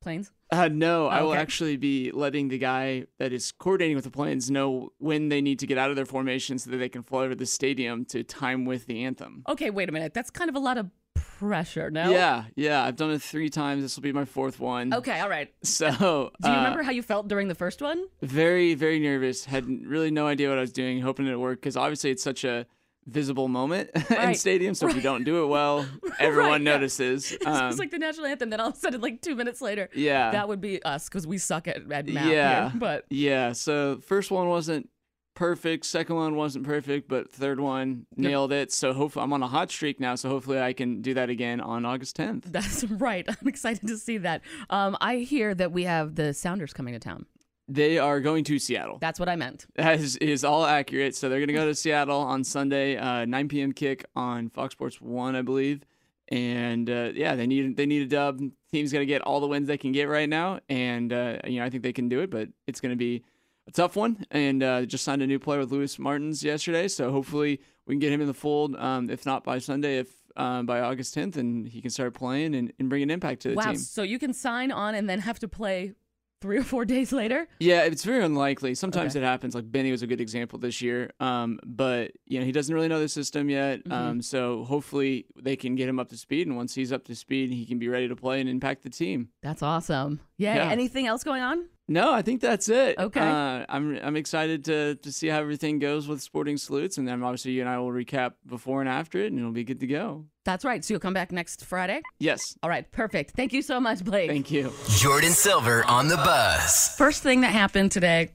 S2: planes?
S14: Uh, no, I will
S2: Okay.
S14: actually be letting the guy that is coordinating with the planes know when they need to get out of their formation so that they can fly over the stadium to time with the anthem.
S2: Okay, wait a minute. That's kind of a lot of pressure. No.
S14: Yeah, yeah. I've done it three times. This will be my fourth one.
S2: Okay. All right.
S14: So,
S2: Oh. Do you
S14: uh,
S2: remember how you felt during the first one?
S14: very, very nervous. Had n- really no idea what I was doing, hoping it would work because obviously it's such a visible moment in
S2: Right,
S14: stadiums. So if you don't do it well, everyone notices.
S2: It's
S14: Um,
S2: was like the national anthem. Then all of a sudden, like two minutes later,
S14: Yeah.
S2: that would be us because we suck at, at math.
S14: yeah,
S2: here, but
S14: yeah. So first one wasn't perfect, second one wasn't perfect, but third one
S2: Yep.
S14: nailed it. So hopefully I'm on a hot streak now. So hopefully I can do that again on August 10th.
S2: that's right. I'm excited to see that. Um, I hear that we have the Sounders coming to town.
S14: They are going to Seattle.
S2: That's what I meant.
S14: That is, is all accurate. So they're going to go to Seattle on Sunday, uh, 9 p.m. kick on Fox Sports One, I believe. And uh, yeah, they need they need a dub. Team's going to get all the wins they can get right now, and uh, you know I think they can do it. But it's going to be a tough one. And uh, just signed a new player with Lewis Martins yesterday, so hopefully we can get him in the fold. Um, if not by Sunday, if um, by August 10th, and he can start playing and, and bring an impact to the
S2: wow.
S14: team.
S2: So you can sign on and then have to play three or four days later.
S14: Yeah, it's very unlikely. Sometimes
S2: Okay.
S14: it happens. Like Benny was a good example this year. Um, but you know, he doesn't really know the system yet.
S2: Mm-hmm.
S14: Um, so hopefully they can get him up to speed, and once he's up to speed, he can be ready to play and impact the team.
S2: That's awesome. Yay.
S14: Yeah.
S2: Anything else going on?
S14: No, I think that's it.
S2: Okay.
S14: Uh, I'm I'm excited to to see how everything goes with Sporting Salutes, and then obviously you and I will recap before and after it, and it'll be good to go.
S2: That's right. So you'll come back next Friday?
S14: Yes.
S2: All right, perfect. Thank you so much, Blake.
S14: Thank you.
S6: Jordan Silver on the buzz.
S2: First thing that happened today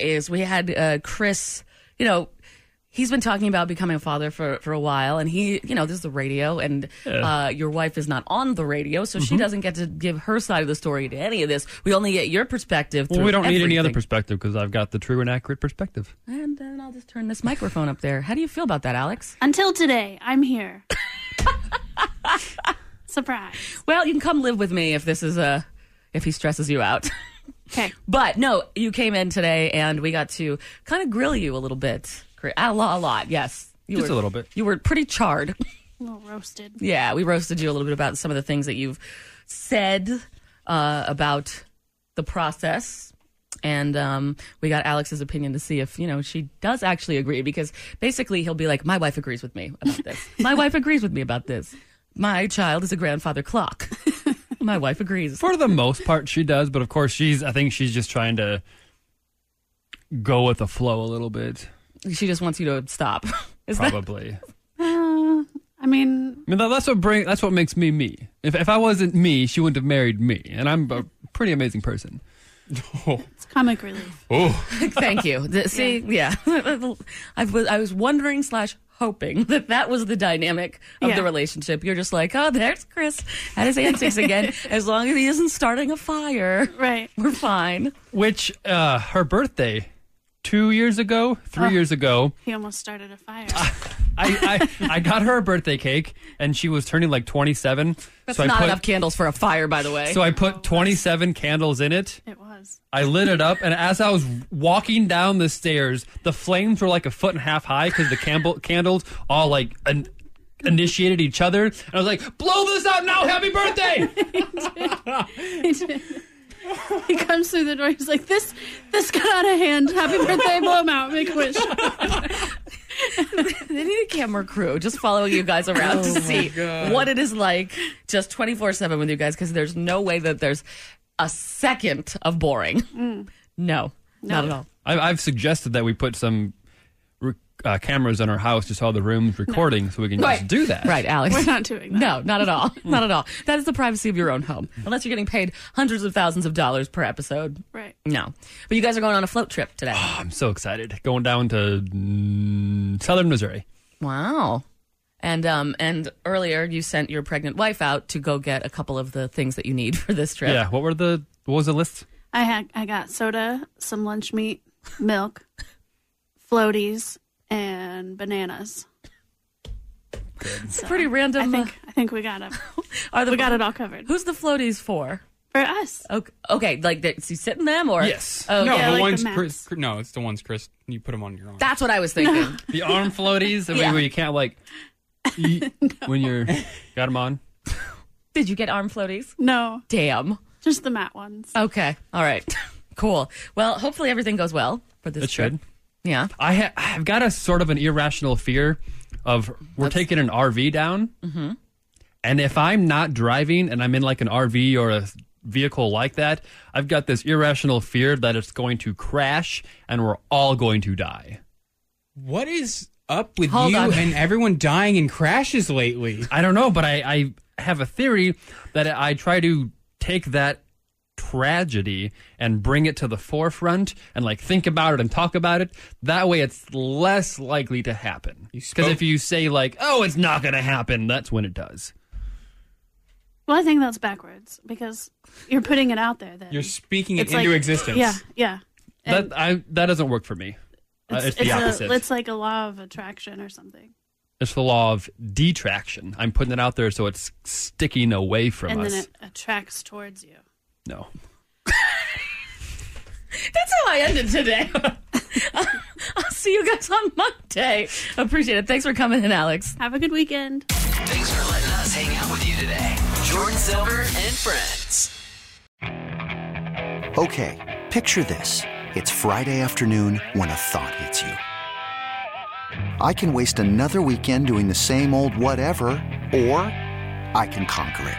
S2: is we had uh, Chris, you know, he's been talking about becoming a father for, for a while. And he, you know, this is the radio, and
S15: Yeah.
S2: uh, your wife is not on the radio, so
S4: Mm-hmm.
S2: she doesn't get to give her side of the story to any of this. We only get your perspective.
S4: Well,
S2: through
S4: we don't need any other
S2: everything.
S4: perspective because I've got the true and accurate perspective.
S2: And then I'll just turn this microphone up there. How do you feel about that, Alex?
S5: Until today, I'm here. Surprise.
S2: Well, you can come live with me if this is a if he stresses you out.
S5: Okay.
S2: But no, you came in today and we got to kind of grill you a little bit. Gr- A lot, a lot. Yes. You
S4: Just a little bit.
S2: You were pretty charred.
S5: A little roasted.
S2: yeah, we roasted you a little bit about some of the things that you've said uh, about the process. And um, we got Alex's opinion to see if, you know, she does actually agree because basically he'll be like, my wife agrees with me about this. my wife agrees with me about this. My child is a grandfather clock. my wife agrees.
S4: For the most part, she does, but of course, she's. I think she's just trying to go with the flow a little bit.
S2: She just wants you to stop. Is that-
S4: probably.
S5: Uh, I mean,
S4: I mean, that- that's what bring. That's what makes me me. If if I wasn't me, she wouldn't have married me, and I'm a pretty amazing person.
S5: it's comic relief.
S4: Oh,
S2: Thank you. The- see, yeah, I was I was wondering slash hoping that that was the dynamic of
S5: Yeah.
S2: the relationship. You're just like, oh, there's Chris at his antics again. As long as he isn't starting a fire,
S5: right?
S2: We're fine.
S4: which uh, her birthday two years ago, three
S5: Oh.
S4: years ago,
S5: He almost started a fire.
S4: I, I I got her a birthday cake, and she was turning like 27.
S2: That's
S4: so I
S2: not
S4: put,
S2: enough candles for a fire, by the way.
S4: So I put 27 candles in it.
S5: It was.
S4: I lit it up, and as I was walking down the stairs, the flames were like a foot and a half high because the candle, candles all like an, initiated each other. And I was like, blow this out now! Happy birthday!
S5: he, did. He comes through the door. He's like, "This, this got out of hand. Happy birthday, blow him out. Make a wish."
S2: they need a camera crew just following you guys around
S5: Oh
S2: to
S5: my
S2: see
S5: God.
S2: what it is like just 24 7 with you guys because there's no way that there's a second of boring. Mm. No, not at all.
S4: I've, I've suggested that we put some re- uh, cameras in our house just all the rooms recording so we can just do that.
S2: Right, Alex.
S5: We're not doing that.
S2: No, not at all. not at all. That is the privacy of your own home. Unless you're getting paid hundreds of thousands of dollars per episode.
S5: Right.
S2: No. But you guys are going on a float trip today.
S4: I'm so excited. Going down to mm, southern Missouri.
S2: wow. And um and earlier you sent your pregnant wife out to go get a couple of the things that you need for this trip.
S4: Yeah. What were the, what was the list?
S5: I had, I got soda, some lunch meat, milk, floaties, and bananas.
S2: It's pretty random.
S5: I think, I think we got it. we got it all covered
S2: Who's the floaties for?
S5: for us.
S2: Okay, okay like that- so you sit in them or
S4: Yes.
S2: Oh,
S3: no,
S2: yeah.
S3: the ones Chris, no, it's the ones Chris. You put them on your arm.
S2: That's what I was thinking.
S4: The arm floaties. I mean,
S2: Yeah.
S4: where you can't like eat when you're got them on.
S2: Did you get arm floaties?
S5: No,
S2: Damn.
S5: just the matte ones.
S2: Okay. All right. cool. Well, hopefully everything goes well for this
S4: It
S2: trip.
S4: should.
S2: Yeah.
S4: I ha- I've got a sort of an irrational fear of we're taking an RV down,
S2: Mhm.
S4: and if I'm not driving and I'm in like an RV or a vehicle like that, I've got this irrational fear that it's going to crash and we're all going to die.
S3: What is up with
S4: Hold
S3: you
S4: on.
S3: and everyone dying in crashes lately?
S4: I don't know, but I, I have a theory that I try to take that tragedy and bring it to the forefront and like think about it and talk about it. That way it's less likely to happen. Because if you say like, oh, it's not going to happen, that's when it does.
S5: Well, I think that's backwards because you're putting it out there. Then
S4: You're speaking
S5: It's like- Yeah, yeah.
S4: That, I, that doesn't work for me. Uh, It's, the
S5: a-
S4: opposite.
S5: it's like a law of attraction or something,
S4: it's the law of detraction. I'm putting it out there so it's sticking away from
S5: and
S4: us.
S5: then it attracts towards you.
S4: no.
S2: That's how I ended today. I'll see you guys on Monday. Appreciate it. Thanks for coming in, Alex.
S5: Have a good weekend.
S6: Thanks for letting us hang out with you today. Jordan Silver and friends.
S16: Okay, picture this. It's Friday afternoon when a thought hits you. I can waste another weekend doing the same old whatever, or I can conquer it.